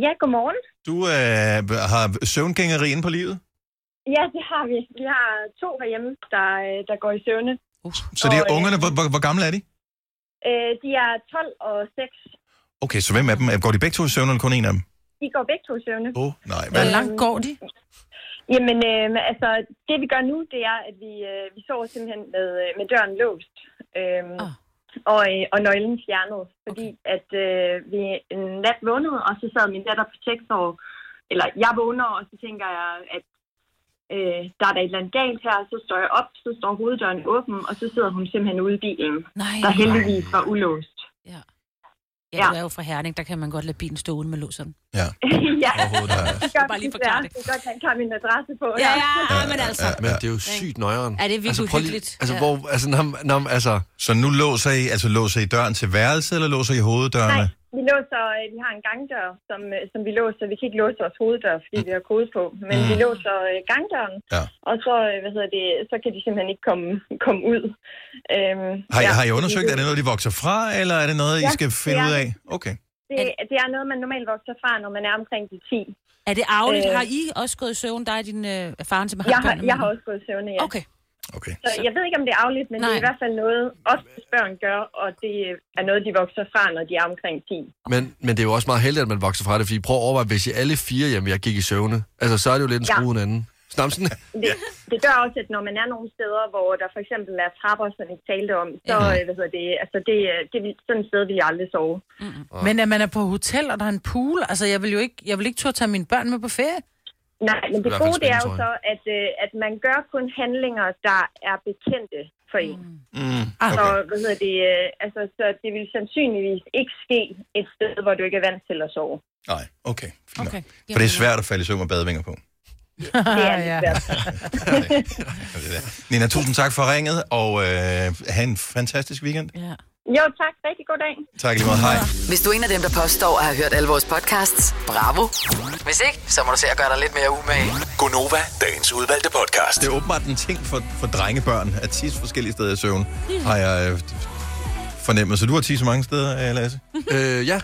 S13: Ja, godmorgen.
S1: Du øh, har søvngængeri inde på livet.
S13: Ja, det har vi. Vi har to herhjemme, der, øh, der går i søvne.
S1: Så det er
S13: Og, øh,
S1: ungerne. Hvor, hvor, hvor gamle er de?
S13: Øh, de er 12 og 6.
S1: Okay, så hvem af dem? Går de begge to i søvn, eller kun en af dem?
S20: de går begge to i søvne.
S1: Åh, oh, nej.
S2: Hvor langt går de?
S20: Øh, Jamen, øh, altså, det vi gør nu, det er, at vi, øh, vi sover simpelthen med, øh, med døren låst. Øh,
S4: Ah.
S20: oh. og, øh, og nøglen fjernet, fordi okay. at øh, vi en nat vågnede, og så sad min datter på tekstår, eller jeg vågner, og så tænker jeg, at øh, der er der et eller andet galt her, så står jeg op, så står hoveddøren åben, og så sidder hun simpelthen ude i bilen,
S4: Nej.
S20: der heldigvis var ulåst.
S4: Ja, ja. du er jo fra Herning, der kan man godt lade bilen stå uden med låsen.
S20: ja,
S4: Jeg skal bare lige forklare det.
S20: Det er godt, han kan min adresse på.
S4: Ja, ja, ja, men altså.
S3: Men det er jo sygt nøjeren.
S4: Ja, det er
S3: altså,
S4: virkelig
S3: prøv lige-
S4: uhyggeligt.
S3: Altså,
S4: Ja.
S3: hvor, altså, nam, nam, altså...
S1: Så nu låser I, altså låser I døren til værelset, eller låser I hoveddørene?
S20: Nej, vi låser, øh, vi har en gangdør, som, øh, som vi låser. Vi kan ikke låse vores hoveddør, fordi vi har kode på, men vi låser øh, gangdøren,
S1: Mm. ja.
S20: og så, øh, hvad hedder det, så kan de simpelthen ikke komme, komme ud. Øhm,
S1: Har, I, har I undersøgt, er det noget, de vokser fra, eller er det noget, I
S20: Ja,
S1: skal finde
S20: det
S1: ud
S20: er
S1: af?
S20: det.
S1: Okay.
S20: Det, det er noget, man normalt vokser fra, når man er omkring de 10.
S4: Er det arveligt?
S20: Øh.
S4: Har I også gået i søvn, dig og din øh, faren, som har
S20: Jeg
S4: haft
S20: har,
S4: børnene med
S20: jeg har
S4: dig?
S20: også gået i søvne, ja.
S4: Okay.
S1: okay.
S20: Så jeg ved ikke, om det er afligt, men Nej. det er i hvert fald noget, også børn gør, og det er noget, de vokser fra, når de er omkring 10.
S3: Men, men det er jo også meget heldigt, at man vokser fra det, fordi prøv at overveje, hvis I alle fire hjemme, jeg gik i søvne, altså så er det jo lidt en
S20: Ja.
S3: skrue ja. anden. Snamsen?
S20: Det, det gør også, at når man er nogle steder, hvor der for eksempel er trapper, som I talte om, så,
S2: Ja.
S20: ja. hvad hedder det, altså det, øh, det, vil- sådan et sted vil jeg aldrig sove. Mm-hmm.
S2: Men at man er på hotel, og der er en pool, altså jeg vil jo ikke, jeg vil ikke turde tage mine børn med på ferie.
S20: Nej, men det gode det er jo så, at, øh, at man gør kun handlinger, der er bekendte for en. Mm.
S1: Mm.
S20: Okay. Så, hvad hedder det, øh, altså, så det vil sandsynligvis ikke ske et sted, hvor du ikke er vant til at sove.
S1: Nej, okay.
S20: Okay.
S1: For det er svært at falde i søvn med badevinger på.
S20: det er lidt svært.
S1: Nina, tusind tak for ringet, og øh, have en fantastisk weekend.
S4: Ja.
S20: Jo, tak. Rigtig god dag.
S1: Tak lige meget. Hej.
S8: Hvis du er en af dem, der påstår at have hørt alle vores podcasts, bravo. Hvis ikke, så må du se at gøre dig lidt mere umage.
S9: Gonova, dagens udvalgte podcast.
S1: Det er åbenbart en ting for, for drengebørn at tisse forskellige steder i søvn, har jeg øh, fornemmet. Så du har tisset mange steder, øh, Lasse?
S3: øh, ja,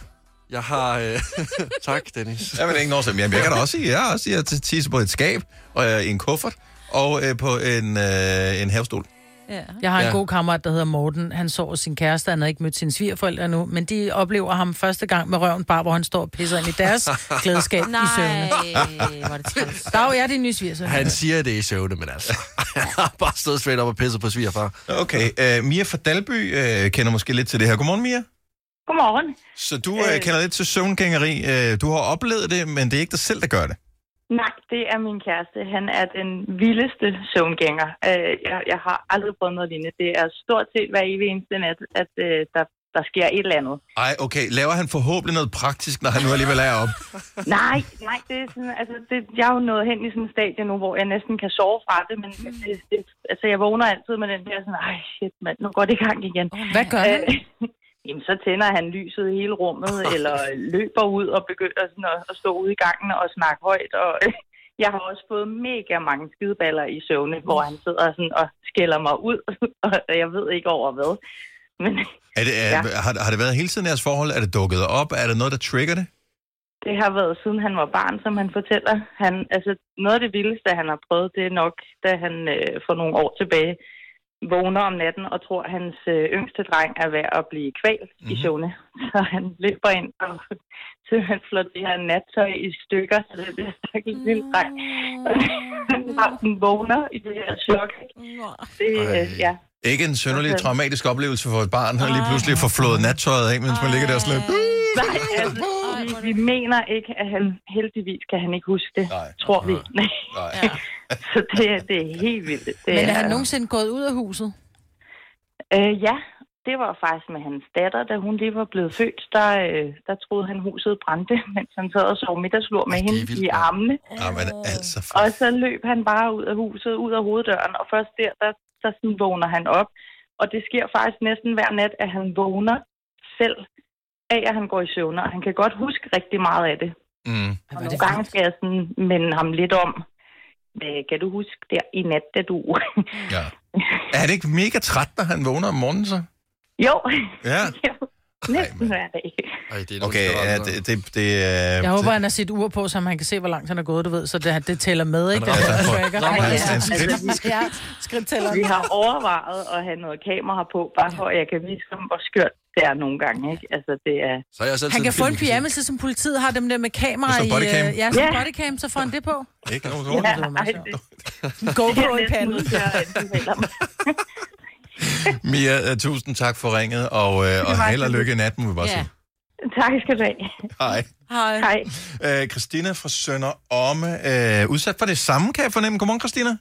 S3: jeg har... Øh, tak, Dennis.
S1: Ja, men ingen årsag. Jamen, jeg kan da også sige, jeg har også sige, at jeg tisser på et skab, og øh, i en kuffert, og øh, på en, øh, en havestol.
S2: Ja. Jeg har en
S1: Ja.
S2: god kammerat, der hedder Morten. Han sover sin kæreste, han har ikke mødt sine svigerforældre endnu, men de oplever ham første gang med røven bare, hvor han står og pisser ind i deres klædeskab i søvne.
S4: Nej, Øh, hvor er det træls.
S2: Der er jo jeg, det er nye svigersøn.
S3: Han siger, at det er i søvne, men altså... Jeg har bare stået straight op og pisset på svigerfar.
S1: Okay, øh, Mia fra Dalby øh, kender måske lidt til det her. Godmorgen, Mia.
S21: Godmorgen.
S1: Så du øh, kender lidt til søvngængeri. Øh, du har oplevet det, men det er ikke dig selv, der gør det.
S21: Nej, det er min kæreste. Han er den vildeste søvngænger. Øh, jeg, jeg har aldrig prøvet noget lignende. Det er stort set hver evig eneste nat, at øh, der, der sker et eller andet.
S1: Ej, okay. Laver han forhåbentlig noget praktisk, når han nu alligevel er op?
S21: Nej, nej, det er sådan, altså, det, jeg er jo nået hen i sådan en stadie nu, hvor jeg næsten kan sove fra det, men
S2: Mm.
S21: det, det, altså, jeg vågner altid med den der sådan, ej shit mand, nu går det i gang igen. Øh,
S2: Hvad gør han?
S21: Jamen, så tænder han lyset i hele rummet, eller løber ud og begynder sådan at, at stå ude i gangen og snakke højt, og jeg har også fået mega mange skideballer i søvne, hvor han sidder sådan og skælder mig ud, og jeg ved ikke over hvad. Men
S1: Er det, er, ja. har, har det været hele tiden i jeres forhold? Er det dukket op? Er der noget, der trigger det?
S21: Det har været siden han var barn, som han fortæller. Han, altså, noget af det vildeste, han har prøvet, det er nok, da han øh, for nogle år tilbage vågner om natten og tror, at hans øh, yngste dreng er ved at blive kvalt mm-hmm. i søvne. Så han løber ind og simpelthen flår det her nattøj i stykker, så det bliver stakkels lille dreng. han har den vågner i det her chok. Det, øh, ja.
S1: Ikke en synderlig traumatisk oplevelse for et barn, der lige pludselig får flået nattøjet af, mens man ligger der og sådan lidt.
S21: Nej, altså, vi, vi mener ikke, at han heldigvis kan han ikke huske det, Nej. tror vi.
S1: Nej.
S21: Så det, er- det er helt vildt. Det
S2: Men er han nogensinde gået ud af huset?
S21: Øh, ja, det var faktisk med hans datter, da hun lige var blevet født. Der, øh, der troede han, huset brændte, mens han sad og sov middagslur med hende i armene.
S1: Ja, men altså,
S21: Og så løb han bare ud af huset, ud af hoveddøren, og først der, der, der sådan vågner han op. Og det sker faktisk næsten hver nat, at han vågner selv af, at han går i søvn, og han kan godt huske rigtig meget af det.
S1: Mm.
S21: Og nogle gange skal jeg sådan minde ham lidt om, "Øh, kan du huske der i nat, da du...
S1: Ja. Er han ikke mega træt, når han vågner om morgenen så?
S21: jo,
S1: Ja.
S21: næsten hver dag.
S3: Ej, det
S1: Okay, ja, det, det, øh, det,
S2: Jeg håber, han har sit ur på, så man kan se, hvor langt han er gået, du ved. Så det, det tæller med, ikke? Det
S1: rammer
S2: er
S1: altså-
S2: tracker.
S1: rammer
S2: Ej,
S1: altså
S2: ja.
S1: en skridt.
S2: Altså, skridt- skridt tæller.
S21: Vi har overvejet at have noget kamera på, bare for at jeg kan vise ham, hvor skørt der nogle gange, ikke? Altså, det er...
S3: Så jeg
S2: Han kan få en pyjamas, som politiet har dem der med kamera
S21: Som
S2: i... øh,
S21: bodycam.
S2: Ja, som
S21: Ja.
S2: bodycam, så får han det på.
S1: Ikke?
S2: Ja, ej, GoPro i panden.
S1: Mia, øh, tusind tak for ringet, og, øh, og held og lykke i natten, må vi bare sige.
S13: Tak skal du have.
S1: Hej.
S2: Hej.
S13: Hej.
S1: Øh, Christina fra Sønder Omme, øh, udsat for det samme, kan jeg fornemme. Godmorgen, Christina.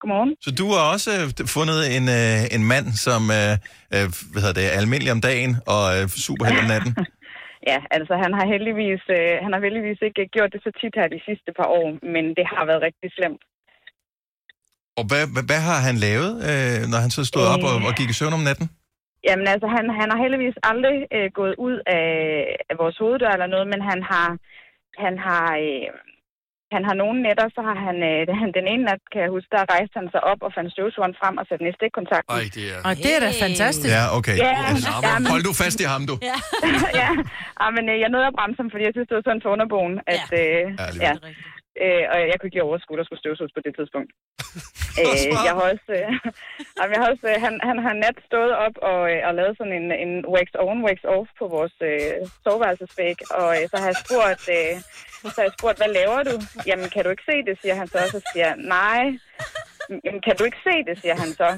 S13: Godmorgen.
S1: Så du har også øh, fundet en, øh, en mand, som øh, øh, hvad hedder det, er almindelig om dagen og øh, super held om natten.
S13: Ja, altså han har heldigvis, øh, han har heldigvis ikke gjort det så tit her de sidste par år, men det har været rigtig slemt.
S1: Og hvad, hvad, hvad har han lavet, øh, når han så stod op og, og gik i søvn om natten?
S13: Jamen altså, han, han har heldigvis aldrig øh, gået ud af, af vores hoveddør eller noget, men han har, han har, øh, han har nogle nætter, så har han, øh, han- den ene nat, kan jeg huske, der rejste han sig op og fandt støvsugeren frem og satte den i stikkontakten.
S3: Ej, det er...
S2: Og det er da fantastisk.
S1: Ja, okay.
S13: Ja,
S1: Altså,
S13: ja, men-
S1: Hold du fast i ham, du.
S13: Ja. ja. Ah, men øh, jeg nåede at bremse ham, fordi jeg synes, det var sådan for underbogen, at... Øh, ja. Øh, og jeg kunne ikke lige overskue, at der skulle støvsuges på det tidspunkt. øh, jeg har også... Øh, jamen, jeg har også øh, han, han har nat stået op og, øh, og lavet sådan en, en wax on, wax off på vores øh, soveværelsesvæg. Og øh, så har jeg spurgt... Øh, så har jeg spurgt, hvad laver du? Jamen, kan du ikke se det, siger han så. Og så siger jeg, nej. Jamen, kan du ikke se det, siger han så.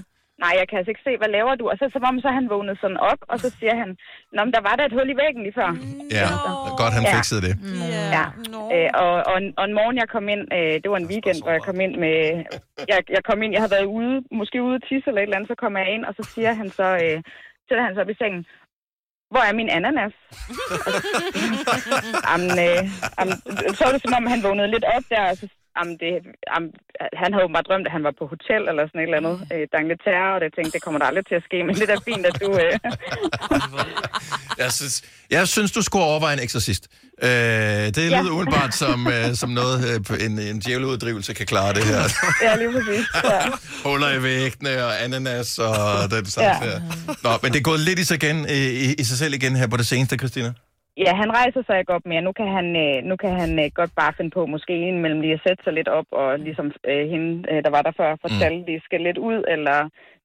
S13: Nej, jeg kan altså ikke se, hvad laver du? Og så som om, så er han vågnet sådan op, og så siger han, Nå, men der var der et hul i væggen lige før.
S1: Ja, godt han
S13: Ja.
S1: fikset det.
S13: Ja. Øh, og, og, en, og en morgen, jeg kom ind, øh, det var en weekend, hvor jeg kom ind med... Jeg, jeg kom ind, jeg havde været ude, måske ude at tisse eller et eller andet, så kom jeg ind, og så siger han så... Øh, sætter han sig op i sengen, hvor er min ananas? jamen, øh, jamen, så var det som om, han vågnede lidt op der, og så, jamen, det, jamen, han havde åbenbart drømt, at han var på hotel eller sådan et eller andet. Øh, der er lidt terror, og jeg tænkte, det kommer der aldrig til at ske, men det er da fint, at du... Øh,
S1: Jeg synes, jeg synes, du skulle overveje en eksorcist. Øh, det lyder umiddelbart som, øh, som noget, øh, en, en djævleuddrivelse kan klare det her.
S13: ja, lige præcis. Ja.
S1: Huller i væggene og ananas og den slags
S13: Ja.
S1: ja. der. Nå, men det er gået lidt i sig, igen, øh, i, i sig selv igen her på det seneste, Christina.
S13: Ja, han rejser sig ikke op mere. Nu kan han, øh, nu kan han øh, godt bare finde på, måske en mellem lige at sætte sig lidt op, og ligesom øh, hende, øh, der var der før,
S2: Mm.
S13: fortalte, de skal lidt ud, eller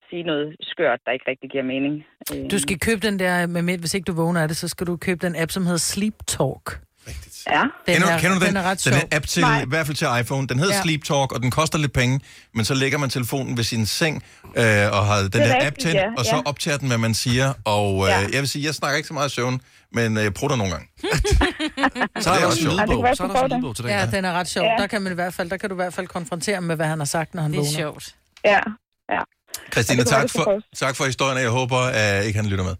S13: sige noget skørt, der ikke rigtig giver mening. Øh,
S2: Du skal købe den der, med midt, hvis ikke du vågner af det, så skal du købe den app, som hedder Sleep Talk.
S13: Ja.
S2: Den
S1: kender,
S2: er-
S1: du, kender du den?
S2: den er ret
S1: den
S2: sjov.
S1: er app til,
S2: Nej.
S1: i hvert fald til iPhone. Den hedder
S2: Ja.
S1: ja. Sleep Talk, og den koster lidt penge, men så lægger man telefonen ved sin seng øh, og har den
S13: Det er
S1: der app
S13: rigtigt,
S1: til,
S13: ja,
S1: og så
S13: ja.
S1: optager den, hvad man siger. Og øh, ja. jeg vil sige, jeg snakker ikke så meget i søvn, men øh, jeg prutter nogle gange. så er der også en
S2: Ja, det kan
S1: lydbog.
S2: være,
S1: Så er der
S2: du
S1: også en
S2: får
S1: lydbog til den
S2: Ja,
S1: her.
S2: den er ret sjov.
S13: Ja.
S2: Der kan, man i hvert fald, der kan du i hvert fald konfrontere ham med, hvad han har sagt, når han
S13: Det er
S2: vågner.
S13: sjovt. Ja, ja.
S1: Christina,
S13: Det kunne være,
S1: tak
S13: det skulle
S1: for, tak for historien, og jeg håber, at ikke han lytter med.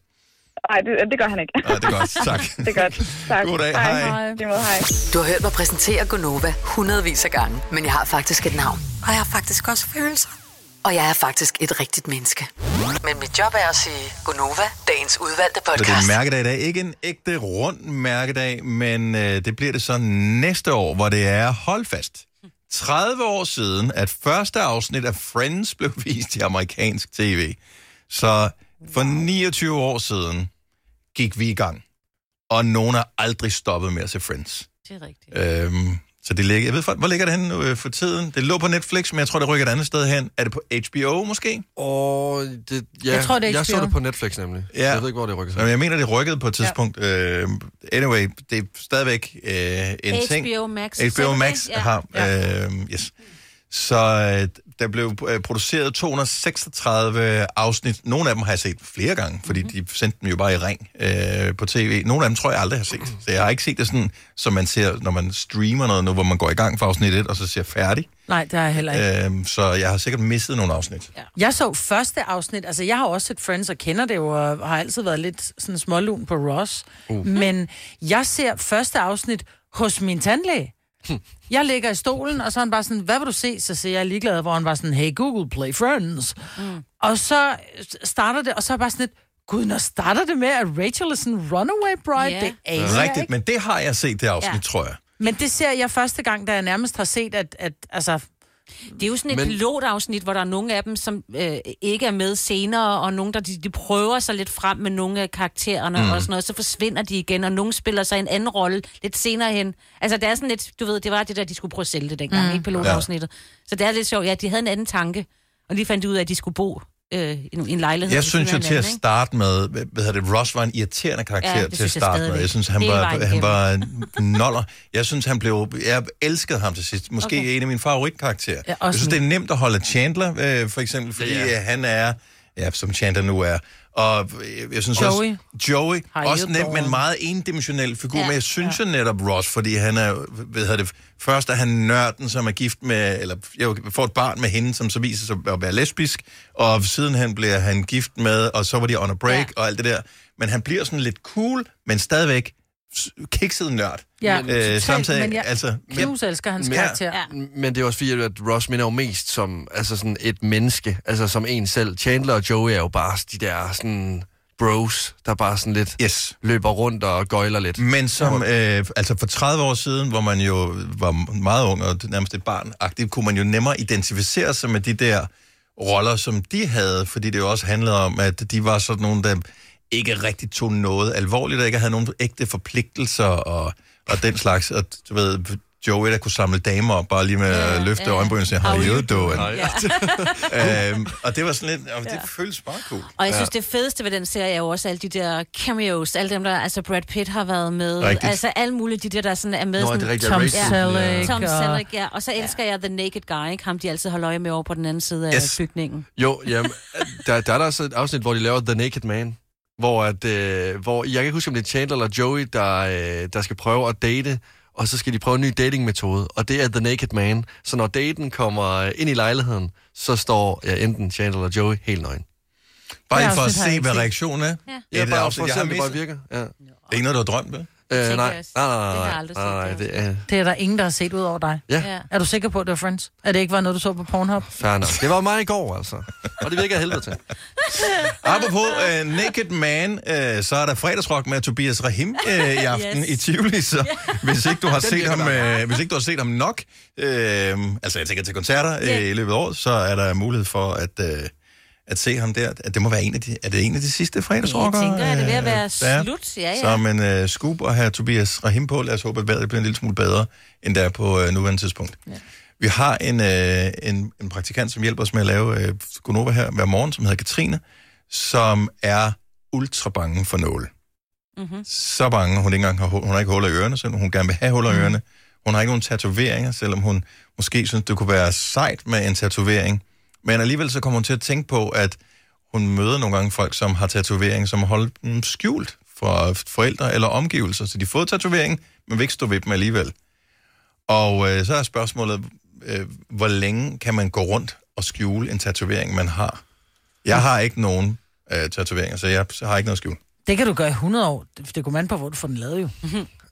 S13: Nej, det, det gør han ikke.
S1: Ja, det er godt. Tak.
S13: det er godt. Tak.
S1: Goddag. Hej.
S13: Hej. Det måde, hej.
S8: Du har hørt mig præsentere Gonova hundredvis af gange, men jeg har faktisk et navn. Og jeg har faktisk også følelser. Og jeg er faktisk et rigtigt menneske. Men mit job er at sige Gonova, dagens udvalgte
S1: Så det er en
S8: podcast.
S1: mærkedag i dag. Ikke en ægte rund mærkedag, men øh, det bliver det så næste år, hvor det er holdfast. 30 år siden, at første afsnit af Friends blev vist i amerikansk tv. Så for 29 år siden gik vi i gang. Og nogen har aldrig stoppet med at se Friends.
S4: Det er rigtigt.
S1: Øhm, så det ligger, jeg ved, for- hvor ligger det henne øh, for tiden? Det lå på Netflix, men jeg tror, det rykker et andet sted hen. Er det på HBO måske?
S3: Og det, ja,
S1: Jeg tror, det er
S3: jeg så
S1: HBO.
S3: det på Netflix nemlig.
S1: Ja.
S3: Jeg ved ikke, hvor det rykker sig.
S1: Jamen, jeg mener, det rykkede på et tidspunkt. Ja. Uh, anyway, det er stadigvæk uh, en
S4: HBO
S1: ting.
S4: Max.
S1: HBO Max
S4: Ja.
S1: har... Uh, yes. Så uh, der blev uh, produceret 236 afsnit. Nogle af dem har jeg set flere gange, fordi mm-hmm. de sendte dem jo bare i ring uh, på tv. Nogle af dem tror jeg aldrig har set. Så jeg har ikke set det sådan, som man ser, når man streamer noget nu, hvor man går i gang for afsnit 1, og så ser færdig.
S2: Nej, det har jeg heller ikke.
S1: Uh, så jeg har sikkert misset nogle afsnit. Ja.
S2: Jeg så første afsnit, altså jeg har også set Friends og kender det jo, og har altid været lidt sådan smålun på Ross. Uh.
S1: Uh.
S2: Men jeg ser første afsnit hos min tandlæge. Jeg ligger i stolen, og så er han bare sådan, hvad vil du se? Så siger jeg ligeglad, hvor han var sådan, hey Google, play Friends. Mm. Og så starter det, og så er jeg bare sådan lidt, gud, når starter det med, at Rachel er sådan en runaway bride?
S1: Ja.
S2: Yeah. Det aner jeg
S1: Rigtigt,
S2: ikke.
S1: men det har jeg set det afsnit,
S2: Ja.
S1: ja. tror jeg.
S2: Men det ser jeg første gang, da jeg nærmest har set, at, at altså...
S4: Det er jo sådan et
S2: Men-
S4: Men... pilotafsnit, hvor der er nogle af dem, som øh, ikke er med senere, og nogle, der de, de prøver sig lidt frem med nogle af karaktererne
S2: Mm.
S4: mm. og sådan noget, så forsvinder de igen, og nogle spiller sig en anden rolle lidt senere hen. Altså, det er sådan lidt, du ved, det var det der, de skulle prøve at sælge det dengang,
S2: Mm.
S4: mm. ikke pilotafsnittet. Ja. Så det er lidt sjovt, ja, de havde en anden tanke, og lige fandt de ud af, at de skulle bo øh, i en- i en lejlighed.
S1: Jeg
S4: ved
S1: synes jo
S4: siden af
S1: til at
S4: hinanden, ikke?
S1: starte med, hvad hvad hedder det, Ross var en irriterende karakter
S4: Ja,
S1: ja,
S4: det
S1: til at
S4: synes jeg
S1: starte med.
S4: stadigvæk.
S1: Jeg synes, han
S4: Hele
S1: var,
S4: vejen
S1: han var en noller. Jeg synes, han blev... Jeg elskede ham til sidst. Måske
S4: Okay.
S1: okay. en af mine favoritkarakterer.
S4: Ja,
S1: Ja,
S4: også
S1: jeg synes, det er nemt at holde Chandler, øh, for eksempel, fordi
S20: Ja,
S1: ja,
S20: ja.
S1: ja. han er... Ja, som Chandler nu er. Og øh, jeg synes
S20: Joey.
S1: også... Joey.
S20: Har I
S1: også
S20: jo
S1: nemt,
S20: borgeren?
S1: men meget endimensionel figur.
S20: Ja,
S1: Ja, men jeg synes ja. jo netop Ross, fordi han er... Hvad hedder det? Først er han nørden, som er gift med... Eller jeg får et barn med hende, som så viser sig at være lesbisk. Og sidenhen bliver han gift med... Og så var de on a break ja. og alt det der. Men han bliver sådan lidt cool, men stadigvæk s- kikset nørd.
S2: Ja, totalt,
S1: øh, samtidig, altså,
S2: men jeg knus elsker hans
S3: men-
S2: karakter. Ja.
S3: Men det er også fordi, at Ross minder jo mest som altså sådan et menneske, altså som en selv. Chandler og Joey er jo bare de der sådan bros, der bare sådan lidt
S1: yes.
S3: løber rundt og gøjler lidt.
S1: Men som, øh, altså for 30 år siden, hvor man jo var meget ung og nærmest et barn kunne man jo nemmere identificere sig med de der roller, som de havde, fordi det jo også handlede om, at de var sådan nogle, der ikke rigtig tog noget alvorligt, og ikke havde nogen ægte forpligtelser og, og den slags. Og du ved, Joey, der kunne samle damer op, bare lige med at løfte
S4: ja.
S1: yeah. øjenbrynene og sige, how you doing?
S4: Ja.
S1: øhm, og det var sådan lidt, og det føles bare cool.
S4: Og jeg synes, det fedeste ved den serie er jo også alle de der cameos, alle dem der, altså Brad Pitt har været med,
S1: Rigtigt.
S4: altså alle mulige de der, der sådan er med.
S1: Nå,
S4: sådan,
S1: det er rigtigt, Tom Rachel, ja. Selleck
S4: Tom
S1: og-
S4: Selleck, ja. Og så elsker jeg The Naked Guy, ikke? Ham de altid holder øje med over på den anden side af
S3: Yes.
S4: bygningen.
S3: Jo, jamen, der, der er der også et afsnit, hvor de laver The Naked Man, hvor, at, øh, hvor jeg kan ikke huske, om det er Chandler eller Joey, der, øh, der skal prøve at date, og så skal de prøve en ny datingmetode, og det er The Naked Man. Så når daten kommer øh, ind i lejligheden, så står ja, enten Chandler eller Joey helt nøgen.
S1: Bare lige for at se, hvad reaktionen er.
S4: Ja,
S3: Ja, bare for at se, om det bare
S1: misset.
S3: virker. Ja. Det
S1: er ikke noget, du har drømt, vel?
S3: Øh, nej,
S2: Tænker
S3: nej,
S2: jeg også.
S3: nej,
S2: Det har jeg
S3: nej,
S2: aldrig
S3: nej, nej, det er øh,
S2: Det er der ingen, der har set ud over dig.
S3: Ja. Ja.
S2: Er du sikker på, at det var Friends? At det ikke var noget, du så på Pornhub?
S3: fair nok. Det var mig i går, altså. Og det virker af helvede til.
S1: Apropos uh, Naked Man, uh, så er der fredagsrock med Tobias Rahim uh, i aften
S20: Yes.
S1: yes. i Tivoli, så hvis ikke du har
S20: Den
S1: set
S20: virker
S1: ham, uh, hvis ikke du har set ham nok, uh, altså jeg tænker til koncerter uh, i løbet af året, så er der mulighed for at uh, at se ham der. At Det må være en af de, er det en af de sidste fredagsrockere?
S4: Jeg tænker, er det ved at
S1: øh,
S4: være
S1: der er?
S4: slut? Ja, ja.
S1: Så men uh, scoop og have Tobias Rahim på. Lad os håbe, at vejret bliver en lille smule bedre, end der er på uh, nuværende tidspunkt. Ja. Vi har en, øh, en, en praktikant, som hjælper os med at lave øh, Gonova her hver morgen, som hedder Katrine, som er ultra bange for nåle.
S4: Mm-hmm.
S1: Så bange, hun, ikke engang har, hu- hun har ikke huller i ørerne, selvom hun gerne vil have huller i ørerne. Hun har ikke nogen tatoveringer, selvom hun måske synes, det kunne være sejt med en tatovering. Men alligevel så kommer hun til at tænke på, at hun møder nogle gange folk, som har tatovering, som holder dem skjult fra forældre eller omgivelser. Så de har fået tatovering, men vil ikke stå ved dem alligevel. Og øh, så er spørgsmålet, øh, hvor længe kan man gå rundt og skjule en tatovering, man har? Jeg har ikke nogen øh, tatoveringer, så jeg så har ikke noget at skjule.
S2: Det kan du gøre i 100 år. Det kommer an på, hvor du får den lavet jo.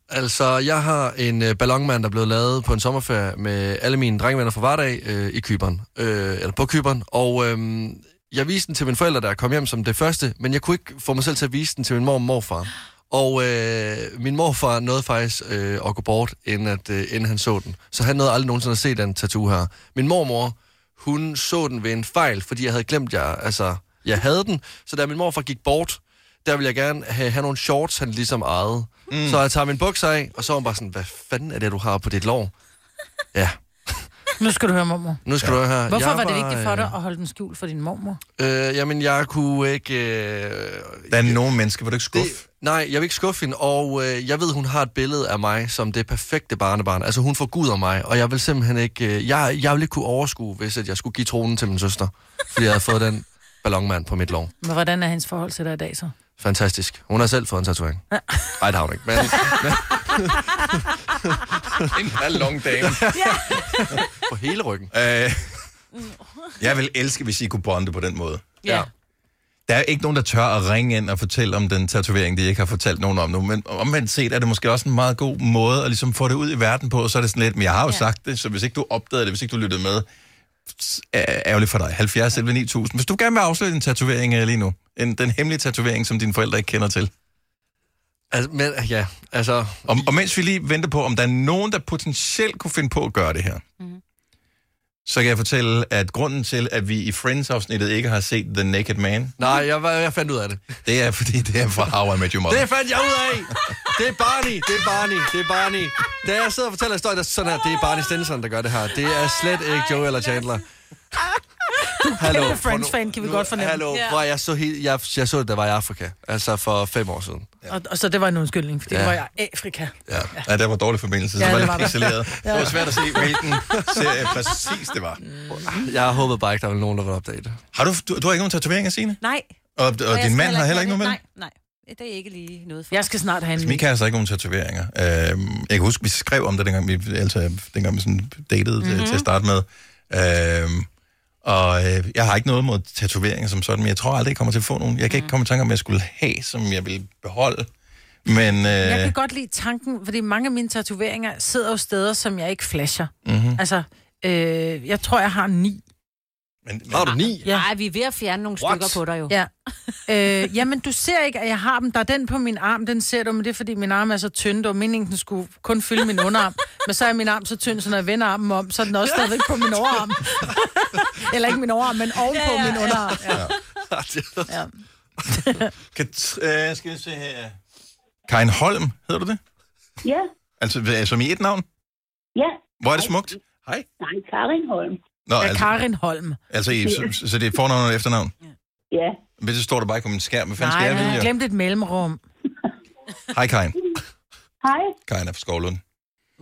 S3: Altså, jeg har en øh, ballonmand, der blev lavet på en sommerferie med alle mine drengevenner fra hverdag øh, i Kyberen. Øh, eller på Kyberen. Og øh, jeg viste den til mine forældre, da jeg kom hjem som det første, men jeg kunne ikke få mig selv til at vise den til min mor og morfar. Og øh, min morfar nåede faktisk øh, at gå bort, inden, at, øh, inden han så den. Så han nåede aldrig nogensinde at se den tattoo her. Min mormor, hun så den ved en fejl, fordi jeg havde glemt, jeg, altså, jeg havde den. Så da min morfar gik bort, der ville jeg gerne have, have nogle shorts, han ligesom ejede. Mm. Så jeg tager min bukser af, og så er hun bare sådan, hvad fanden er det, du har på dit lår? Ja,
S2: Nu skal du høre, mormor.
S3: nu skal ja. du høre.
S2: Hvorfor
S3: Jeg
S2: var det
S3: var,
S2: vigtigt for
S3: øh,
S2: dig at holde den skjult for din mormor?
S3: Øh, jamen, jeg kunne ikke... Øh,
S1: der er nogle mennesker, hvor du ikke skuffe.
S3: Det, nej, jeg vil ikke skuffe hende, og øh, jeg ved, hun har et billede af mig som det perfekte barnebarn. Altså, hun forguder mig, og jeg vil simpelthen ikke... Øh, jeg, jeg ville ikke kunne overskue, hvis at jeg skulle give tronen til min søster, fordi jeg havde fået den ballonmand på mit lår.
S2: Men hvordan er hendes forhold til dig i dag så?
S3: Fantastisk. Hun har selv fået en tatovering. Nej, det har hun ikke. Men,
S1: en ballon dame.
S3: på hele ryggen.
S1: Øh, jeg vil elske, hvis I kunne bonde på den måde.
S3: Ja.
S1: Der er ikke nogen, der tør at ringe ind og fortælle om den tatovering, de ikke har fortalt nogen om nu. Men omvendt set er det måske også en meget god måde at ligesom få det ud i verden på. Så er det sådan lidt, men jeg har jo ja. sagt det, så hvis ikke du opdagede det, hvis ikke du lyttede med, s- er- ærgerligt for dig. 70 11 9000. Hvis du gerne vil afsløre din tatovering øh, lige nu, en, den hemmelige tatovering, som dine forældre ikke kender til.
S3: Altså, men, ja, altså...
S1: Og, og mens vi lige venter på, om der er nogen, der potentielt kunne finde på at gøre det her, mm-hmm.
S4: Mhm.
S1: så kan jeg fortælle, at grunden til, at vi i Friends-afsnittet ikke har set The Naked Man,
S3: Nej, jeg, var- jeg fandt ud af det.
S1: det er, fordi det er fra How I Met Your Mother.
S3: Det fandt jeg ud af! Det er Barney, det er Barney, det er Barney. Da jeg sidder og fortæller historien, der er sådan her, det er Barney Stinson, der gør det her. Det er slet ikke Joe eller Chandler.
S2: Du er
S3: Hallo,
S2: kæmpe
S3: for nu-
S2: Friends-fan, kan vi godt fornemme.
S3: Hallo,
S2: Ja.
S3: hvor jeg så, helt, jeg, jeg så det, der var i Afrika. Altså for fem år siden.
S2: Og, og så det var en undskyldning, fordi
S3: Ja.
S2: ja. det var jeg Afrika.
S3: Ja,
S1: ja der var dårlig forbindelse,
S2: Ja,
S1: så ja,
S2: det
S1: det
S2: var
S1: var
S2: der.
S1: lidt pixeleret.
S2: Ja.
S1: Ja. Det var svært at se, hvilken serie præcis det var.
S3: Jeg håbede bare ikke, der var nogen, der ville opdage det.
S1: Har du, du, du har ikke nogen tatoveringer, Signe?
S4: Nej.
S1: Og, og
S4: jeg
S1: din
S4: skal
S1: mand har heller ikke nogen
S4: have
S1: med?
S4: det. Nej, nej. Det er ikke lige noget for.
S2: Jeg skal snart have en ny.
S1: Mika Altså, har så ikke nogen tatoveringer. Øhm, jeg kan huske, vi skrev om det, dengang vi, altså, dengang vi sådan datede mm-hmm.
S4: Mhm.
S1: til at starte med. Øhm, og øh, jeg har ikke noget mod tatoveringer som sådan, men jeg tror aldrig, jeg kommer til at få nogen. Jeg kan ikke komme i tanke om, jeg skulle have, som jeg ville beholde. Men, øh,
S2: Jeg kan godt lide tanken, fordi mange af mine tatoveringer sidder jo steder, som jeg ikke flasher.
S3: Mm.
S1: Mhm.
S2: Altså, øh, jeg tror, jeg har ni.
S1: men, men,
S3: har du ni?
S4: Ja. Ej, vi er ved at fjerne nogle
S2: What?
S4: stykker på dig jo.
S2: Ja. Øh, jamen, du ser ikke, at jeg har dem. Der er den på min arm, den ser du, men det er, fordi min arm er så tynd. Det var meningen, den skulle kun fylde min underarm. Men så er min arm så tynd, så når jeg vender armen om, så er den også stadigvæk på min overarm. Eller ikke min overarm, men ovenpå ja, ja, min underarm. Ja. Ja.
S1: Kan, øh, skal vi se her. Karin Holm, hedder du det?
S6: Ja,
S1: Altså, hvad- som i et navn?
S6: ja.
S1: Hvor er det smukt? Hej.
S6: Nej, Karin Holm.
S1: Nå,
S2: Ja,
S1: altså-
S2: Karin Holm.
S1: Altså, i, så, så det er fornavn og efternavn?
S6: Ja.
S1: Men så står der bare ikke på min skærm. Hvad fanden skal
S2: Nej,
S1: jeg
S2: jeg
S1: vide? jo?
S2: glemte et mellemrum.
S1: Hej, Karin.
S6: Hej.
S1: Karin er fra Skovlund.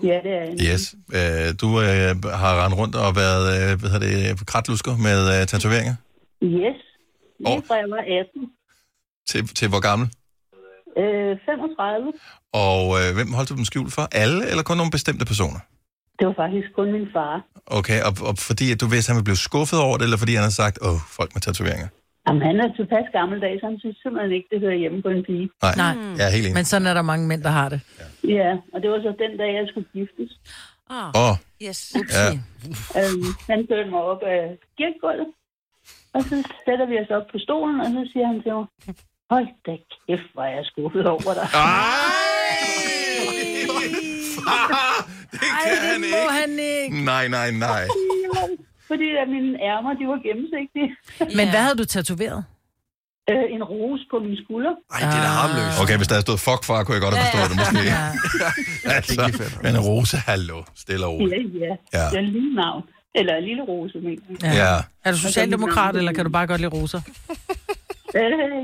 S6: Ja, det er jeg.
S1: Yes. Øh, du øh, har rendt rundt og været, øh, hvad hedder det, kratlusker med øh, tatoveringer.
S6: Yes. Lige
S1: Og-
S6: fra jeg var 18.
S1: Til, til hvor gammel?
S6: Øh, 35.
S1: Og øh, hvem holdt du dem skjult for? Alle eller kun nogle bestemte personer?
S6: Det var faktisk kun min far.
S1: Okay, og, og fordi at du vidste, at han ville blive skuffet over det, eller fordi han havde sagt, åh, folk med tatoveringer?
S6: Jamen, han er tilpas gammeldags, så han synes simpelthen ikke, det hører hjemme på en pige.
S1: Nej, Nej. jeg er helt enig.
S2: Men sådan er der mange mænd, der har det.
S6: Ja, og det var så den dag, jeg skulle giftes.
S4: Ah.
S1: Åh.
S4: Yes.
S6: Ja. Øhm, han førte mig op af kirkegulvet, og så sætter vi os op på stolen, og så siger han til mig, hold da kæft, hvor er jeg skuffet over dig.
S1: Far, det kan
S6: det
S1: han
S6: må
S1: ikke.
S6: han
S2: ikke.
S1: Nej, nej, nej.
S6: Fordi at mine ærmer, de var gennemsigtige.
S2: Men hvad havde du tatoveret?
S6: Øh, en rose på min skulder.
S1: Ej, det er da harmløst. Okay, hvis der havde stået fuck far, kunne jeg godt have forstået det måske. altså, men Rose, hallo, stille og roligt.
S6: Ja, ja.
S1: Ja.
S6: ja. Det er en lille navn. Eller en lille rose, mener jeg.
S1: Ja.
S2: Er du socialdemokrat, eller kan du bare godt lide roser?
S6: Øh,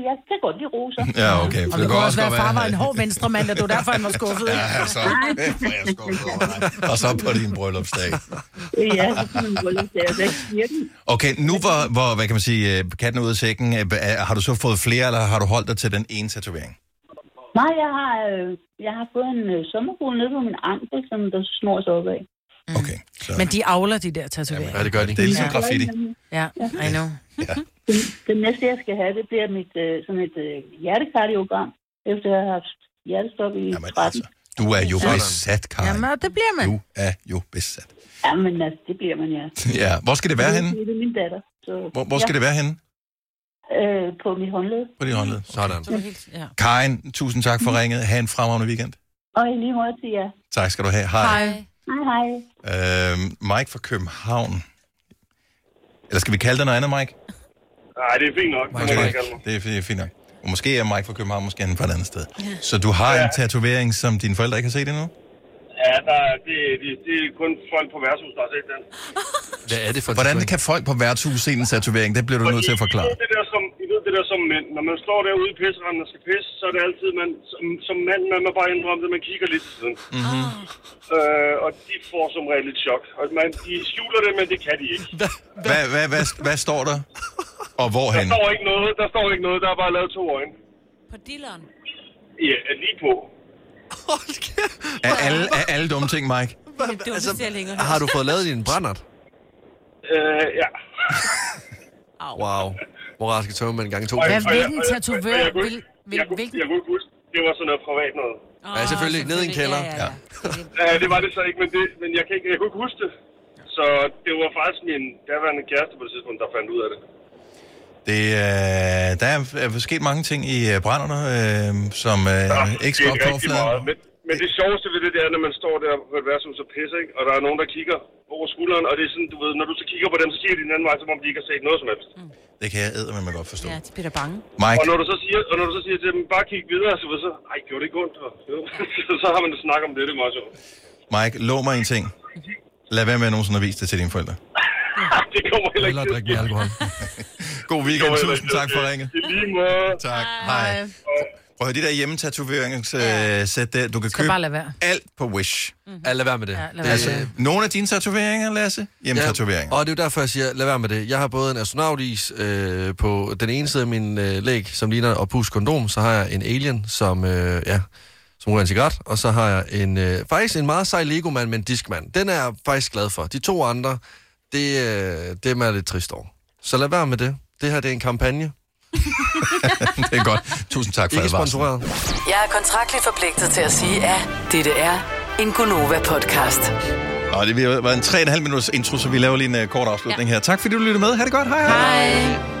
S6: jeg kan godt lide roser.
S1: Ja, okay.
S2: Og det
S1: kan
S2: kunne også være, at
S1: godt
S2: far var en hård venstremand, og det var derfor, han var skuffet. ikke?
S1: Ja, altså, kæft, hvor er jeg skuffet over dig. Og så på din bryllupsdag.
S6: ja, så kan man gå lidt der væk i kirken.
S1: Okay, nu hvor, hvor hvad kan man sige, øh, katten er ude af sækken, øh, er- har du så fået flere, eller har du holdt dig til den ene tatovering?
S6: Nej, jeg har, øh, jeg har fået en øh, sommerfugl nede på min ankel, som der snor sig opad.
S2: Men de avler de der tatoveringer.
S1: Ja, det gør de. Det er ligesom graffiti.
S2: Ja, I know.
S6: Den, den næste, jeg skal have, det bliver mit, øh, sådan et øh, hjertekardiogram, efter jeg har haft hjertestop i Jamen, 13. Altså.
S1: Du er jo
S6: Sådan.
S1: besat, Karin.
S6: Jamen, det bliver man.
S1: Du er jo besat.
S6: Jamen, altså, det bliver man, ja.
S1: Ja, hvor skal det være henne?
S6: Det er min datter. Så,
S1: Hvor, hvor skal
S6: ja.
S1: det være henne?
S6: Øh, på mit håndled.
S1: På din håndled. Sådan.
S6: Så er det helt- ja.
S1: Karin, tusind tak for ringet. Ha' en fremragende weekend.
S6: Og i lige måde til jer.
S1: Tak skal du have. Hej.
S6: Hej, hej.
S1: Øhm, Mike fra København. Eller skal vi kalde dig noget andet, Mike?
S10: Nej, det er fint nok. Det må man kalde mig.
S1: Det er, det er fint nok. Og Måske er Mike fra København, måske er han fra et andet sted. Så du har en tatovering, som dine forældre ikke har set endnu?
S10: Ja, der, er- det, det, det er kun folk på værtshus, der har set den.
S1: Hvad er det for Hvordan kan folk på værtshus se en tatovering? Det bliver du nødt til at
S10: I
S1: forklare.
S10: ved det der som, I ved det der som mænd. Når man står derude i pisseranden og skal pisse, så er det altid, man, som, som mand, man må bare indrømme det, man kigger lidt til siden.
S1: Mm-hmm.
S4: Ah.
S10: Øh, og de får som regel lidt chok. Og man, de skjuler det, men det kan de ikke.
S1: Hvad, hvad, hvad, hvad står der? Og
S10: Der
S1: hvorhen?
S10: står ikke noget, der står ikke noget, der er bare lavet to øjne.
S4: På dilleren.
S10: Ja, lige på.
S1: Er alle, er alle dumme ting, Mike?
S4: Det er dumt, altså, jeg længere.
S3: Har du fået lavet din brændert?
S10: Øh, ja.
S3: Wow. Moralske tømmermænd gange to.
S10: Og jeg-
S2: Hvad,
S10: og jeg-
S2: hvilken
S10: og jeg-
S2: tatovør?
S10: og jeg kunne-
S2: Vil-
S10: Jeg kunne jeg kunne ikke huske, det var sådan noget privat noget.
S3: Ja, selvfølgelig. Ned i en kælder. Ja, ja,
S10: Ja, det var det så ikke, men, det, men jeg, kan ikke, jeg kunne ikke huske det. Så det var faktisk min daværende kæreste på det tidspunkt, der fandt ud af det.
S1: Det, øh, der er, er sket mange ting i øh, brænderne, øh, som øh, ikke skal op
S10: Det
S1: på
S10: er rigtig
S1: overfladen.
S10: meget. Men, men det sjoveste ved det, det er, når man står der på et værtshus og pisser, ikke? og der er nogen, der kigger over skulderen, og det er sådan, du ved, når du så kigger på dem, så kigger de den anden vej, som om de ikke har set noget som helst.
S2: Mm.
S1: Det kan jeg æde, man godt forstå.
S4: Ja, de bliver da bange.
S1: Mike.
S10: Og når du så siger, og når du så siger til dem, bare kig videre, så, ved, så ej, gjorde det ikke ondt? Og, jo. så har man snakket om det, det er meget sjovt.
S1: Mike, lov mig en ting. Lad være med nogensinde at vise det til dine forældre.
S10: det kommer heller
S3: Eller drikke mere alkohol.
S1: God weekend. Tusind tak for ringet.
S10: I lige måde.
S1: Tak. Hej. Prøv at høre, de der hjemmetatoveringsæt øh, der, du kan købe
S2: bare lade være.
S1: alt på Wish. Mm-hmm.
S3: lad være med det.
S2: Ja, lad
S1: være altså, nogle af dine tatoveringer, Lasse? Hjemmetatoveringer.
S3: Og det er jo derfor, jeg siger, lad være med det. Jeg har både en astronautis øh, på den ene side af min øh, læg, som ligner og pus kondom. Så har jeg en alien, som, øh, ja, som ryger en cigaret. Og så har jeg en, øh, faktisk en meget sej legomand med en diskmand. Den er jeg faktisk glad for. De to andre, det, øh, dem er jeg lidt trist over. Så lad være med det. Det her, det er en kampagne.
S1: det er godt. Tusind tak
S3: for Ikke sponsoreret.
S8: Jeg er kontraktligt forpligtet til at sige, at dette er en Gunova-podcast.
S1: Og øh, det har været en 3,5 minutters intro, så vi laver lige en uh, kort afslutning ja. her. Tak fordi du lyttede med. Ha' det godt. Hej hej. hej.